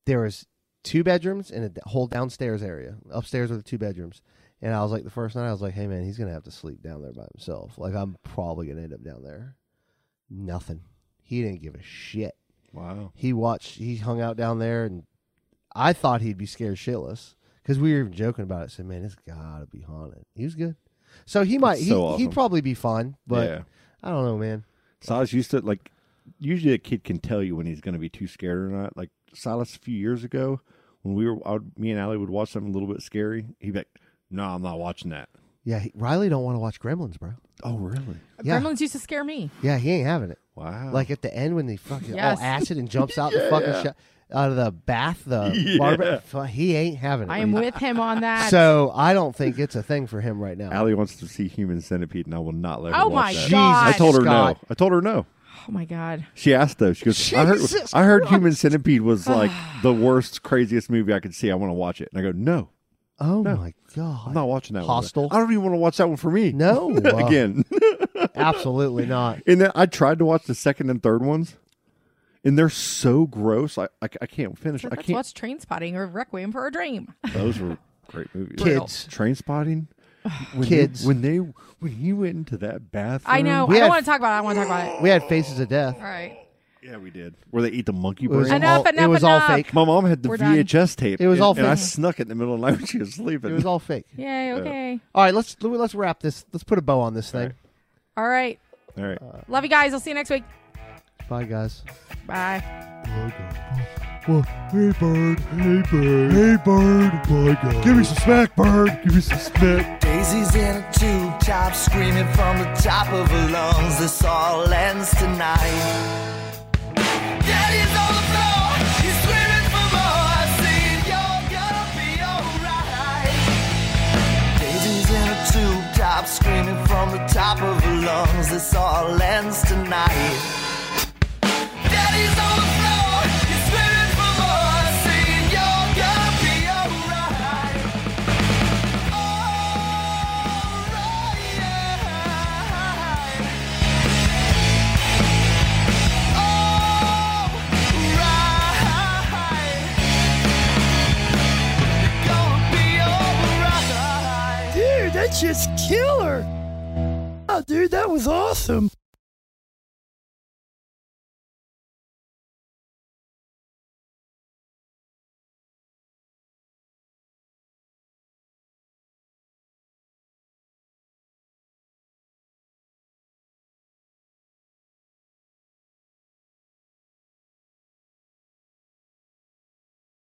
[SPEAKER 1] there was two bedrooms and a d- whole downstairs area. Upstairs were the two bedrooms. And I was like, the first night, I was like, hey, man, he's going to have to sleep down there by himself. Like, I'm probably going to end up down there. Nothing. He didn't give a shit.
[SPEAKER 7] Wow.
[SPEAKER 1] He watched, he hung out down there, and I thought he'd be scared shitless because we were even joking about it. Said, man, it's got to be haunted. He was good. So he might,
[SPEAKER 7] That's
[SPEAKER 1] he,
[SPEAKER 7] so
[SPEAKER 1] he'd
[SPEAKER 7] awesome.
[SPEAKER 1] probly be fine, but
[SPEAKER 7] Yeah.
[SPEAKER 1] I don't know, man.
[SPEAKER 7] Silas used to like. Usually, a kid can tell you when he's going to be too scared or not. Like Silas, a few years ago, when we were, I would, me and Allie would watch something a little bit scary. He'd be like, "No, I'm not watching that."
[SPEAKER 1] Yeah, he, Riley don't want to watch Gremlins, bro.
[SPEAKER 7] Oh, really?
[SPEAKER 1] Yeah.
[SPEAKER 8] Gremlins used to scare me.
[SPEAKER 1] Yeah, he ain't having it.
[SPEAKER 7] Wow.
[SPEAKER 1] Like at the end when he fucking
[SPEAKER 8] Yes.
[SPEAKER 1] all acid and jumps out the
[SPEAKER 8] Yeah.
[SPEAKER 1] fucking sh- out of the bath, the
[SPEAKER 8] Yeah.
[SPEAKER 1] barber, fu- he ain't having it.
[SPEAKER 8] I am
[SPEAKER 1] dude.
[SPEAKER 8] with him on that.
[SPEAKER 1] So I don't think it's a thing for him right now.
[SPEAKER 7] Allie wants to see Human Centipede, and I will not let her.
[SPEAKER 8] Oh
[SPEAKER 7] watch
[SPEAKER 8] my
[SPEAKER 7] that.
[SPEAKER 8] God.
[SPEAKER 7] I told her
[SPEAKER 8] Scott.
[SPEAKER 7] no. I told her no.
[SPEAKER 8] oh my god.
[SPEAKER 7] She asked though. She goes, "I heard,
[SPEAKER 8] Jesus
[SPEAKER 7] I heard Human Centipede was like the worst, craziest movie I could see. I want to watch it." And I go, "No,
[SPEAKER 1] Oh my god!
[SPEAKER 7] I'm not watching that
[SPEAKER 1] Hostile.
[SPEAKER 7] one. I don't even want to watch that one for me.
[SPEAKER 1] No, uh,
[SPEAKER 7] again.
[SPEAKER 1] absolutely not.
[SPEAKER 7] And then I tried to watch the second and third ones, and they're so gross. I I, I can't finish. I
[SPEAKER 8] Let's
[SPEAKER 7] can't.
[SPEAKER 8] watch Train Spotting or Requiem for a Dream.
[SPEAKER 7] Those were great movies.
[SPEAKER 1] Kids.
[SPEAKER 7] Train Spotting. When
[SPEAKER 1] Kids.
[SPEAKER 7] They, when they when he went into that bathroom,
[SPEAKER 8] I know.
[SPEAKER 1] We
[SPEAKER 8] I don't
[SPEAKER 1] had-
[SPEAKER 8] want to talk about it. I don't want to talk about it.
[SPEAKER 1] We had Faces of Death.
[SPEAKER 8] All right.
[SPEAKER 7] Yeah, we did. Where they eat the monkey
[SPEAKER 1] It was
[SPEAKER 7] brain.
[SPEAKER 1] Enough, all- it enough, was all enough. fake.
[SPEAKER 7] My mom had the
[SPEAKER 1] We're done.
[SPEAKER 7] VHS tape.
[SPEAKER 1] It was
[SPEAKER 7] and-
[SPEAKER 1] all
[SPEAKER 7] And I
[SPEAKER 1] fake.
[SPEAKER 7] snuck it in the middle of the night when she was sleeping.
[SPEAKER 1] It was all fake.
[SPEAKER 8] Yay, okay.
[SPEAKER 1] All right, let's let's wrap this. Let's put a bow on this thing.
[SPEAKER 8] All right.
[SPEAKER 7] All
[SPEAKER 1] Uh,
[SPEAKER 7] right.
[SPEAKER 8] Love you guys. I'll see you next week.
[SPEAKER 1] Bye, guys.
[SPEAKER 8] Bye.
[SPEAKER 9] Well, hey bird, hey bird, hey bird, my God. Give me some smack, bird. Give me some smack.
[SPEAKER 5] Daisy's in a tube top, screaming from the top of her lungs. This all ends tonight. Daddy's on the floor, he's screaming for more. I see you're gonna be alright. Daisy's in a tube top, screaming from the top of her lungs. This all ends tonight. Daddy's on the floor, he's screaming for more. I see you're gonna be alright. Oh,
[SPEAKER 9] Dude, that's just killer. Oh, dude, that was awesome.